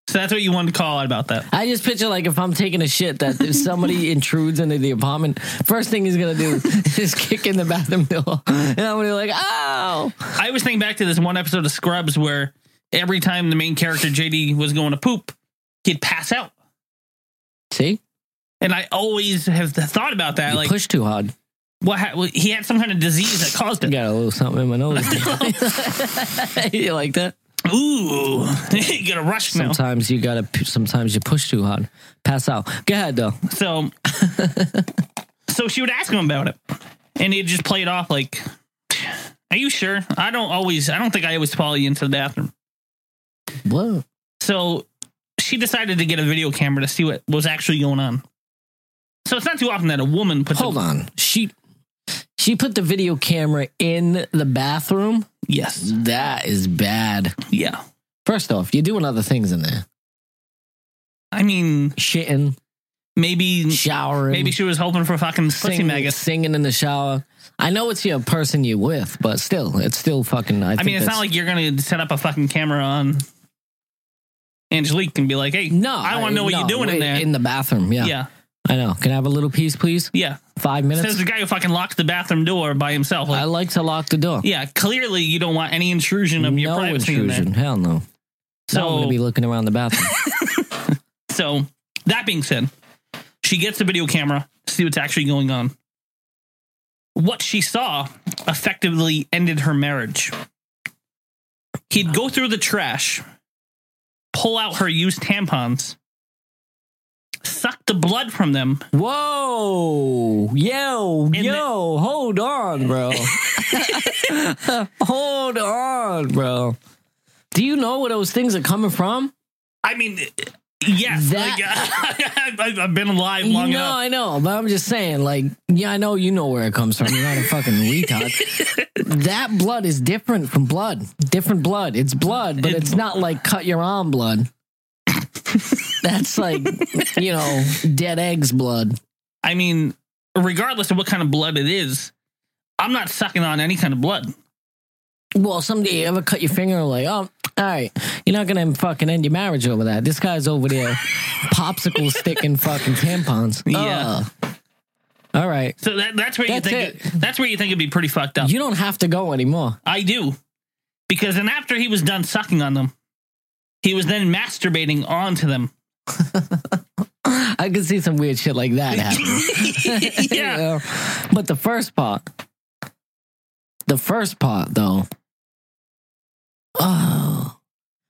Speaker 1: So that's what you wanted to call out about that.
Speaker 2: I just picture like if I'm taking a shit that
Speaker 1: [laughs]
Speaker 2: if somebody intrudes into the apartment, first thing he's gonna do [laughs] is kick in the bathroom door, and I'm gonna be like, "Ow!"
Speaker 1: I was thinking back to this one episode of Scrubs where every time the main character JD was going to poop, he'd pass out.
Speaker 2: See,
Speaker 1: And I always have thought about that.
Speaker 2: you
Speaker 1: like,
Speaker 2: push too hard.
Speaker 1: what ha- well, he had some kind of disease that caused
Speaker 2: I
Speaker 1: it.
Speaker 2: got a little something in
Speaker 1: [laughs]
Speaker 2: my nose. [laughs] you like that?
Speaker 1: Ooh, [laughs] you got a rush now.
Speaker 2: Sometimes you gotta. p- Sometimes you push too hard. Pass out. Go ahead though.
Speaker 1: So, [laughs] so she would ask him about it, and he'd just play it off like, "Are you sure? I don't always. I don't think I always follow you into the bathroom."
Speaker 2: Whoa.
Speaker 1: So she decided to get a video camera to see what was actually going on. So it's not too often that a woman puts.
Speaker 2: Hold
Speaker 1: a,
Speaker 2: on. She she put the video camera in the bathroom.
Speaker 1: Yes.
Speaker 2: That is bad.
Speaker 1: Yeah.
Speaker 2: First off, you're doing other things in there.
Speaker 1: I mean,
Speaker 2: Shitting,
Speaker 1: maybe
Speaker 2: showering,
Speaker 1: Mm. maybe she was hoping for fucking pussy
Speaker 2: singing,
Speaker 1: maggots.
Speaker 2: singing in the shower. I know it's your person you with, but still, it's still fucking. I,
Speaker 1: I
Speaker 2: think
Speaker 1: mean, it's not
Speaker 2: that's-
Speaker 1: like you're gonna set up a fucking camera on Angelique and be like, "Hey,
Speaker 2: no.
Speaker 1: I don't want to know what
Speaker 2: no,
Speaker 1: you're doing in
Speaker 2: wait,
Speaker 1: there."
Speaker 2: in the bathroom. Yeah,
Speaker 1: yeah.
Speaker 2: I know. Can I have a little piece, please?
Speaker 1: Yeah.
Speaker 2: Five minutes.
Speaker 1: Says the guy who fucking locked the bathroom door by himself. Like,
Speaker 2: I like to lock the door.
Speaker 1: yeah, clearly you don't want any intrusion of your
Speaker 2: no
Speaker 1: privacy in there.
Speaker 2: intrusion. Hell no. So I'm
Speaker 1: So-
Speaker 2: gonna be looking around the bathroom.
Speaker 1: So that being said, she gets the video camera to see what's actually going on. What she saw effectively ended her marriage. He'd go through the trash, pull out her used tampons, suck the blood from them,
Speaker 2: [laughs] Whoa! Yo,
Speaker 1: And
Speaker 2: yo, hold on, [laughs] bro. hold on, bro. Do you know where those things are coming from?
Speaker 1: I mean, yes,
Speaker 2: That-
Speaker 1: like, [laughs] I've- I've been alive long
Speaker 2: no,
Speaker 1: enough.
Speaker 2: I know, but I'm just saying, like, yeah, I know you know where it comes from. You're not a fucking retard.
Speaker 1: [laughs]
Speaker 2: that blood is different from blood. Different blood. It's blood, but
Speaker 1: It-
Speaker 2: it's not like cut your arm blood. That's like, you know, dead eggs blood.
Speaker 1: I mean, regardless of what kind of blood it is, I'm not sucking on any kind of blood.
Speaker 2: Well, someday you ever cut your finger, like, oh, all right, you're not gonna fucking end your marriage over that. This guy's over there, popsicle sticking fucking tampons.
Speaker 1: Yeah.
Speaker 2: Ugh. all right,
Speaker 1: So that, that's where
Speaker 2: That's
Speaker 1: you think it. that's where you think it'd be pretty fucked up.
Speaker 2: you don't have to go anymore.
Speaker 1: I do, because then after he was done sucking on them, he was then masturbating onto them.
Speaker 2: I could see some weird shit like that happen. You
Speaker 1: [laughs] yeah,
Speaker 2: know? But the first part, the first part though, oh,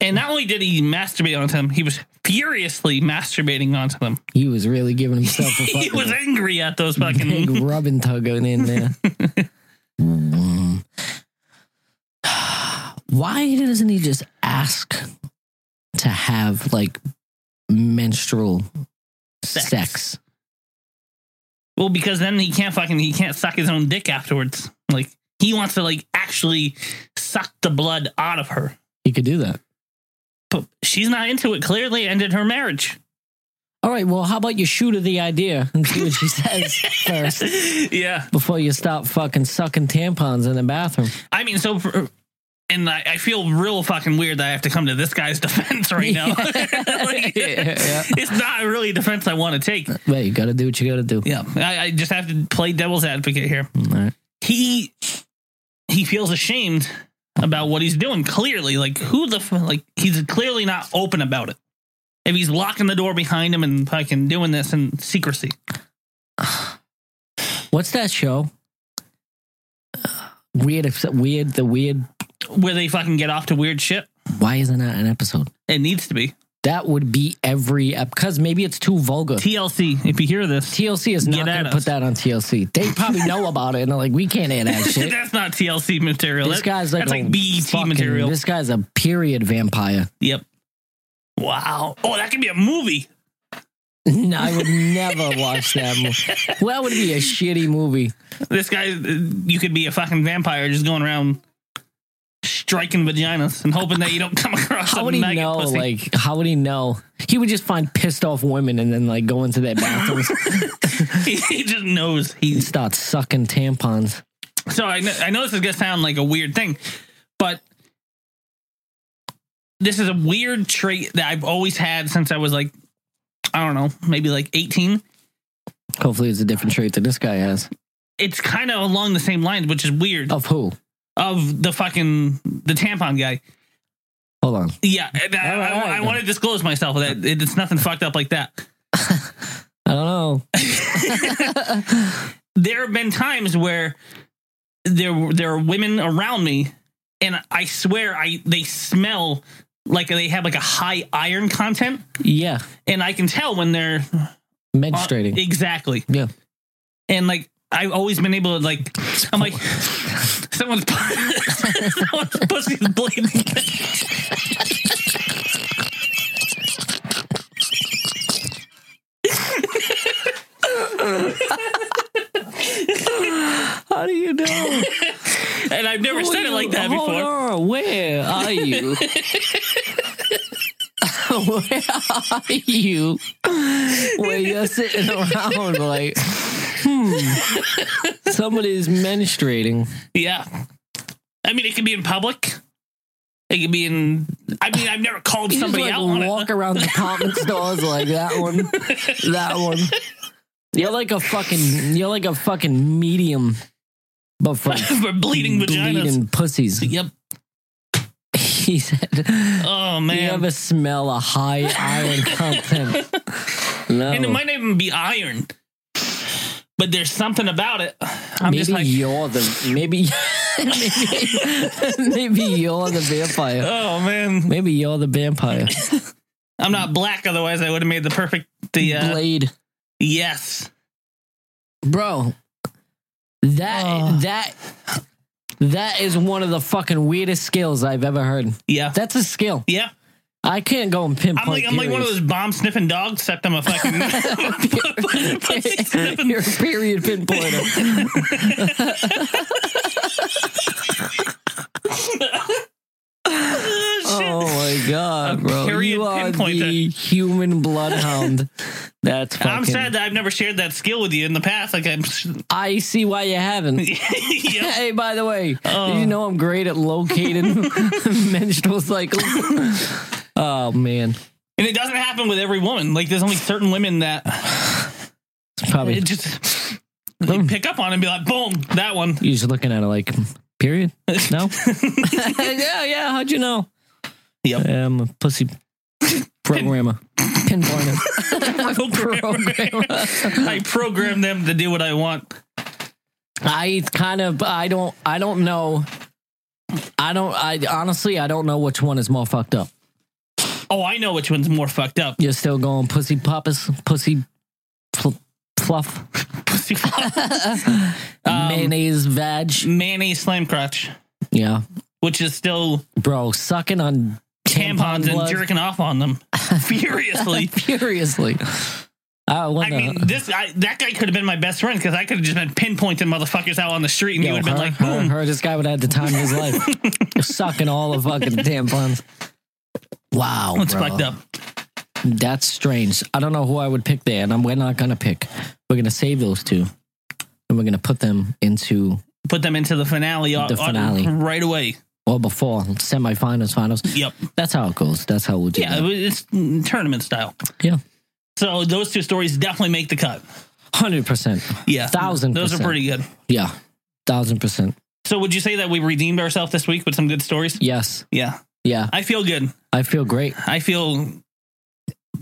Speaker 1: and not only did he masturbate onto them, he was furiously masturbating onto them.
Speaker 2: he was really giving himself
Speaker 1: [laughs]
Speaker 2: a
Speaker 1: He
Speaker 2: fucking
Speaker 1: was angry at those [laughs]
Speaker 2: big
Speaker 1: fucking.
Speaker 2: rubbing tug going in there. Mm. [sighs] Why doesn't he just ask to have like menstrual
Speaker 1: Sex.
Speaker 2: sex?
Speaker 1: Well, because then he can't fucking he can't suck his own dick afterwards. Like he wants to like actually suck the blood out of her.
Speaker 2: He could do that.
Speaker 1: But she's not into it. Clearly, ended her marriage.
Speaker 2: [laughs] All right. Well, how about you shoot her the idea and see
Speaker 1: [laughs]
Speaker 2: what she says first
Speaker 1: yeah.
Speaker 2: before you stop fucking sucking tampons in the bathroom?
Speaker 1: I mean, so, for, and I, I feel real fucking weird that I have to come to this guy's [laughs] defense right now. Like,
Speaker 2: Yeah.
Speaker 1: It's not really a defense I want to take.
Speaker 2: Wait, you got to do what you got to do.
Speaker 1: Yeah. I, I just have to play devil's advocate here.
Speaker 2: All right.
Speaker 1: He, he feels ashamed about what he's doing. Clearly, like who the f- like he's clearly not open about it. If he's locking the door behind him and fucking doing this in secrecy,
Speaker 2: What's that show? Uh, Weird, weird, the weird
Speaker 1: where they fucking get off to weird shit.
Speaker 2: Why isn't that an episode?
Speaker 1: It needs to be
Speaker 2: That would be every ep because maybe it's too vulgar.
Speaker 1: TLC. If you hear this,
Speaker 2: TLC is not
Speaker 1: Get at
Speaker 2: going to
Speaker 1: us.
Speaker 2: put that on TLC. They probably
Speaker 1: [laughs]
Speaker 2: know about it and they're like, we can't air that shit.
Speaker 1: that's not TLC material.
Speaker 2: This
Speaker 1: That-
Speaker 2: guy's like
Speaker 1: that's
Speaker 2: a
Speaker 1: like BET
Speaker 2: fucking-
Speaker 1: material.
Speaker 2: This guy's a period vampire. [laughs]
Speaker 1: Yep. Wow. Oh, that could be a movie.
Speaker 2: No, I
Speaker 1: [laughs]
Speaker 2: would never watch that movie. Well, that would be a shitty movie.
Speaker 1: This guy, uh, you could be a fucking vampire just going around striking vaginas and hoping that you don't come [laughs] across
Speaker 2: How
Speaker 1: a
Speaker 2: would he
Speaker 1: maggot
Speaker 2: know?
Speaker 1: pussy.
Speaker 2: Like, how would he know? He would just find pissed off women and then like go into
Speaker 1: [laughs]
Speaker 2: their bathrooms
Speaker 1: [laughs] he just knows
Speaker 2: and
Speaker 1: he's.
Speaker 2: start sucking tampons.
Speaker 1: So I know, I know this is gonna sound like a weird thing, but this is a weird trait that I've always had since I was like, I don't know, maybe like eighteen.
Speaker 2: Hopefully, it's a different trait that this guy has.
Speaker 1: It's kind of along the same lines, which is weird.
Speaker 2: Of who?
Speaker 1: Of the fucking the tampon guy.
Speaker 2: Hold on.
Speaker 1: Yeah, and I,
Speaker 2: All right,
Speaker 1: I-
Speaker 2: all right,
Speaker 1: I
Speaker 2: then.
Speaker 1: want to disclose myself that it, it's nothing fucked up like that.
Speaker 2: I don't know.
Speaker 1: there have been times where there were- there are women around me, and I swear I they smell like they have like a high iron content,
Speaker 2: Yeah,
Speaker 1: and I can tell when
Speaker 2: [sighs]
Speaker 1: they're on-
Speaker 2: menstruating.
Speaker 1: exactly.
Speaker 2: Yeah.
Speaker 1: and like I've always been able to like I'm like [laughs] someone's [laughs] someone's [laughs] pussy is bleeding.
Speaker 2: How do [laughs] you know?
Speaker 1: and I've never said it like that
Speaker 2: Oh, Hold
Speaker 1: before.
Speaker 2: on, where
Speaker 1: [laughs]
Speaker 2: are you? [laughs] where are you? Where you're sitting around like, hmm, somebody's menstruating.
Speaker 1: Yeah. I mean, it can be in public. It can be in. I mean, I've never called
Speaker 2: You
Speaker 1: somebody
Speaker 2: just,
Speaker 1: out
Speaker 2: like,
Speaker 1: on
Speaker 2: walk
Speaker 1: it.
Speaker 2: around the department stores like that one, that one. You're like a fucking, you're like a fucking medium,
Speaker 1: [laughs]
Speaker 2: but
Speaker 1: [laughs]
Speaker 2: for
Speaker 1: for bleeding vaginas.
Speaker 2: bleeding pussies.
Speaker 1: [laughs] Yep.
Speaker 2: He said.
Speaker 1: Oh
Speaker 2: Do You
Speaker 1: man.
Speaker 2: ever smell a high
Speaker 1: [laughs]
Speaker 2: iron content? No.
Speaker 1: and it might not even be iron, but there's something about it. I'm
Speaker 2: maybe
Speaker 1: just like,
Speaker 2: you're the maybe, [laughs] maybe [laughs] maybe you're the vampire.
Speaker 1: oh man.
Speaker 2: Maybe you're the vampire.
Speaker 1: I'm not black, otherwise I would have made the perfect. The uh,
Speaker 2: Blade,
Speaker 1: yes.
Speaker 2: bro. That
Speaker 1: Oh.
Speaker 2: that that is one of the fucking weirdest skills I've ever heard.
Speaker 1: Yeah.
Speaker 2: That's a skill.
Speaker 1: Yeah.
Speaker 2: I can't go and pinpoint.
Speaker 1: I'm like I'm like one of those bomb sniffing dogs, except [laughs] I'm a
Speaker 2: [laughs]
Speaker 1: fucking [laughs] pussy
Speaker 2: periods.
Speaker 1: sniffing
Speaker 2: [laughs] You're a period
Speaker 1: [laughs]
Speaker 2: pinpointer.
Speaker 1: shit.
Speaker 2: Oh my god,
Speaker 1: A [laughs]
Speaker 2: bro!
Speaker 1: period
Speaker 2: You are the
Speaker 1: pinpointer. [laughs]
Speaker 2: human bloodhound. That's fucking.
Speaker 1: I'm sad that I've never shared that skill with you in the past. Like I'm,
Speaker 2: I see why
Speaker 1: [laughs]
Speaker 2: you haven't.
Speaker 1: yeah,
Speaker 2: Hey, by the way,
Speaker 1: Oh.
Speaker 2: you know I'm great
Speaker 1: [laughs]
Speaker 2: at locating [laughs] menstrual cycles. Oh man,
Speaker 1: and it doesn't happen with every woman. Like there's only certain women
Speaker 2: [laughs]
Speaker 1: that
Speaker 2: it's probably
Speaker 1: it just they pick up on and be like, boom, that one.
Speaker 2: you're just looking at it like period.
Speaker 1: [laughs]
Speaker 2: No. yeah, yeah. How'd you know?
Speaker 1: Yep.
Speaker 2: Yeah, I'm a pussy programmer, pinpointer,
Speaker 1: [laughs]
Speaker 2: [laughs] programmer.
Speaker 1: I program them to do what I want.
Speaker 2: I kind of I don't I don't know. I don't I honestly I don't know which one is more fucked up.
Speaker 1: Oh, I know which one's more fucked up.
Speaker 2: [laughs] You're still going pussy poppers, pussy fl- fluff,
Speaker 1: Pussy fuck. Um,
Speaker 2: mayonnaise vag.
Speaker 1: Mayonnaise slam crotch,
Speaker 2: Yeah.
Speaker 1: which is still
Speaker 2: Bro, sucking on
Speaker 1: tampons and
Speaker 2: blood
Speaker 1: jerking off on them furiously.
Speaker 2: [laughs] furiously. I
Speaker 1: I
Speaker 2: want
Speaker 1: mean, this I, that guy could have been my best friend because I could have just been pinpointing motherfuckers out on the street, and you would have been like, hmm.
Speaker 2: her,
Speaker 1: boom.
Speaker 2: her, this guy would have had the time of his
Speaker 1: [laughs]
Speaker 2: life. sucking all the fucking tampons. Wow.
Speaker 1: It's
Speaker 2: bro.
Speaker 1: fucked up.
Speaker 2: That's strange. I don't know who I would pick there, and I'm, we're not gonna pick. We're gonna save those two, and we're gonna put them into
Speaker 1: Put them into the finale, au-
Speaker 2: The finale.
Speaker 1: au- right away.
Speaker 2: or before semifinals, finals.
Speaker 1: Yep.
Speaker 2: That's how it goes. That's how we'll do.
Speaker 1: Yeah,
Speaker 2: that.
Speaker 1: it's tournament style.
Speaker 2: yeah,
Speaker 1: So those two stories definitely make the cut.
Speaker 2: hundred percent.
Speaker 1: Yeah,
Speaker 2: Thousand
Speaker 1: Those are
Speaker 2: percent.
Speaker 1: pretty good.
Speaker 2: Yeah, thousand percent.
Speaker 1: So would you say that we redeemed ourselves this week with some good stories?
Speaker 2: Yes.
Speaker 1: Yeah,
Speaker 2: Yeah,
Speaker 1: I feel good.
Speaker 2: I feel great.
Speaker 1: I feel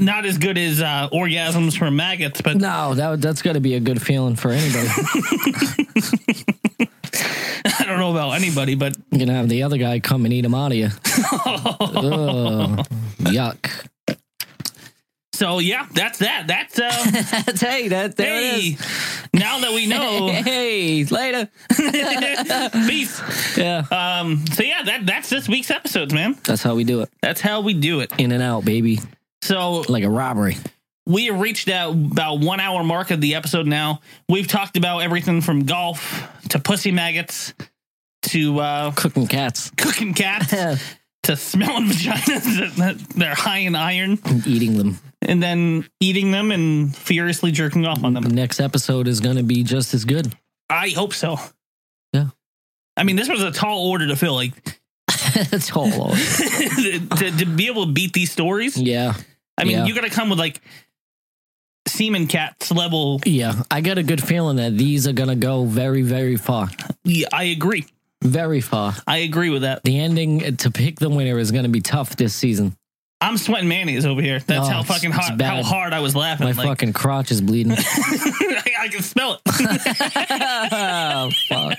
Speaker 1: not as good as uh, orgasms from maggots, but [laughs]
Speaker 2: No, that that's got to be a good feeling for anybody.
Speaker 1: I don't don't know about anybody, but
Speaker 2: You're gonna have the other guy come and eat him [laughs] out of you. Ugh, yuck.
Speaker 1: so yeah, that's that. That's uh,
Speaker 2: That's hey, Oh. that [laughs] there
Speaker 1: hey.
Speaker 2: it
Speaker 1: Now that we know [laughs]
Speaker 2: is. [laughs] Hey, later.
Speaker 1: beef.
Speaker 2: [laughs] Yeah,
Speaker 1: Um. So yeah, that that's this week's episodes, man.
Speaker 2: that's how we do it.
Speaker 1: That's how we do it.
Speaker 2: In and out, baby,
Speaker 1: So
Speaker 2: like a robbery.
Speaker 1: we have reached that about one hour mark of the episode now. We've talked about everything from golf to pussy maggots to uh,
Speaker 2: Cooking [laughs] cats,
Speaker 1: cooking cats to smelling vaginas that they're high in iron
Speaker 2: eating them.
Speaker 1: and then eating them and furiously jerking off on
Speaker 2: The
Speaker 1: them.
Speaker 2: next episode is gonna be just as good.
Speaker 1: I hope so.
Speaker 2: Yeah.
Speaker 1: I mean, this was a tall order to fill, like [laughs]
Speaker 2: That's all.
Speaker 1: to, to be able to beat these stories.
Speaker 2: Yeah,
Speaker 1: I mean,
Speaker 2: Yeah.
Speaker 1: you got to come with like semen cats level.
Speaker 2: yeah. I got a good feeling that these are gonna go very, very far,
Speaker 1: Yeah, I agree.
Speaker 2: very far.
Speaker 1: I agree with that.
Speaker 2: The ending to pick the winner is gonna be tough this season.
Speaker 1: I'm sweating mayonnaise over here. That's
Speaker 2: No,
Speaker 1: how
Speaker 2: it's-
Speaker 1: fucking
Speaker 2: it's
Speaker 1: hot, how
Speaker 2: bad.
Speaker 1: hard I was laughing.
Speaker 2: My
Speaker 1: like,
Speaker 2: fucking crotch is [laughs] bleeding.
Speaker 1: [laughs] I, I can smell it.
Speaker 2: oh, fuck.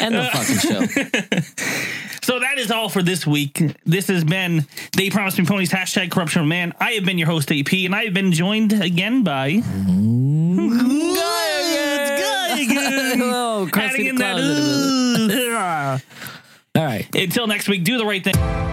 Speaker 2: End the fucking show.
Speaker 1: so that is all for this week. This has been They Promised Me Ponies hashtag Corruption of Man. I have been your host AP, and I have been joined again by
Speaker 2: oh,
Speaker 1: adding
Speaker 2: crusty
Speaker 1: in
Speaker 2: [laughs] the clown a little bit.
Speaker 1: that.
Speaker 2: All
Speaker 1: [laughs]
Speaker 2: right.
Speaker 1: Until next week, do the right thing.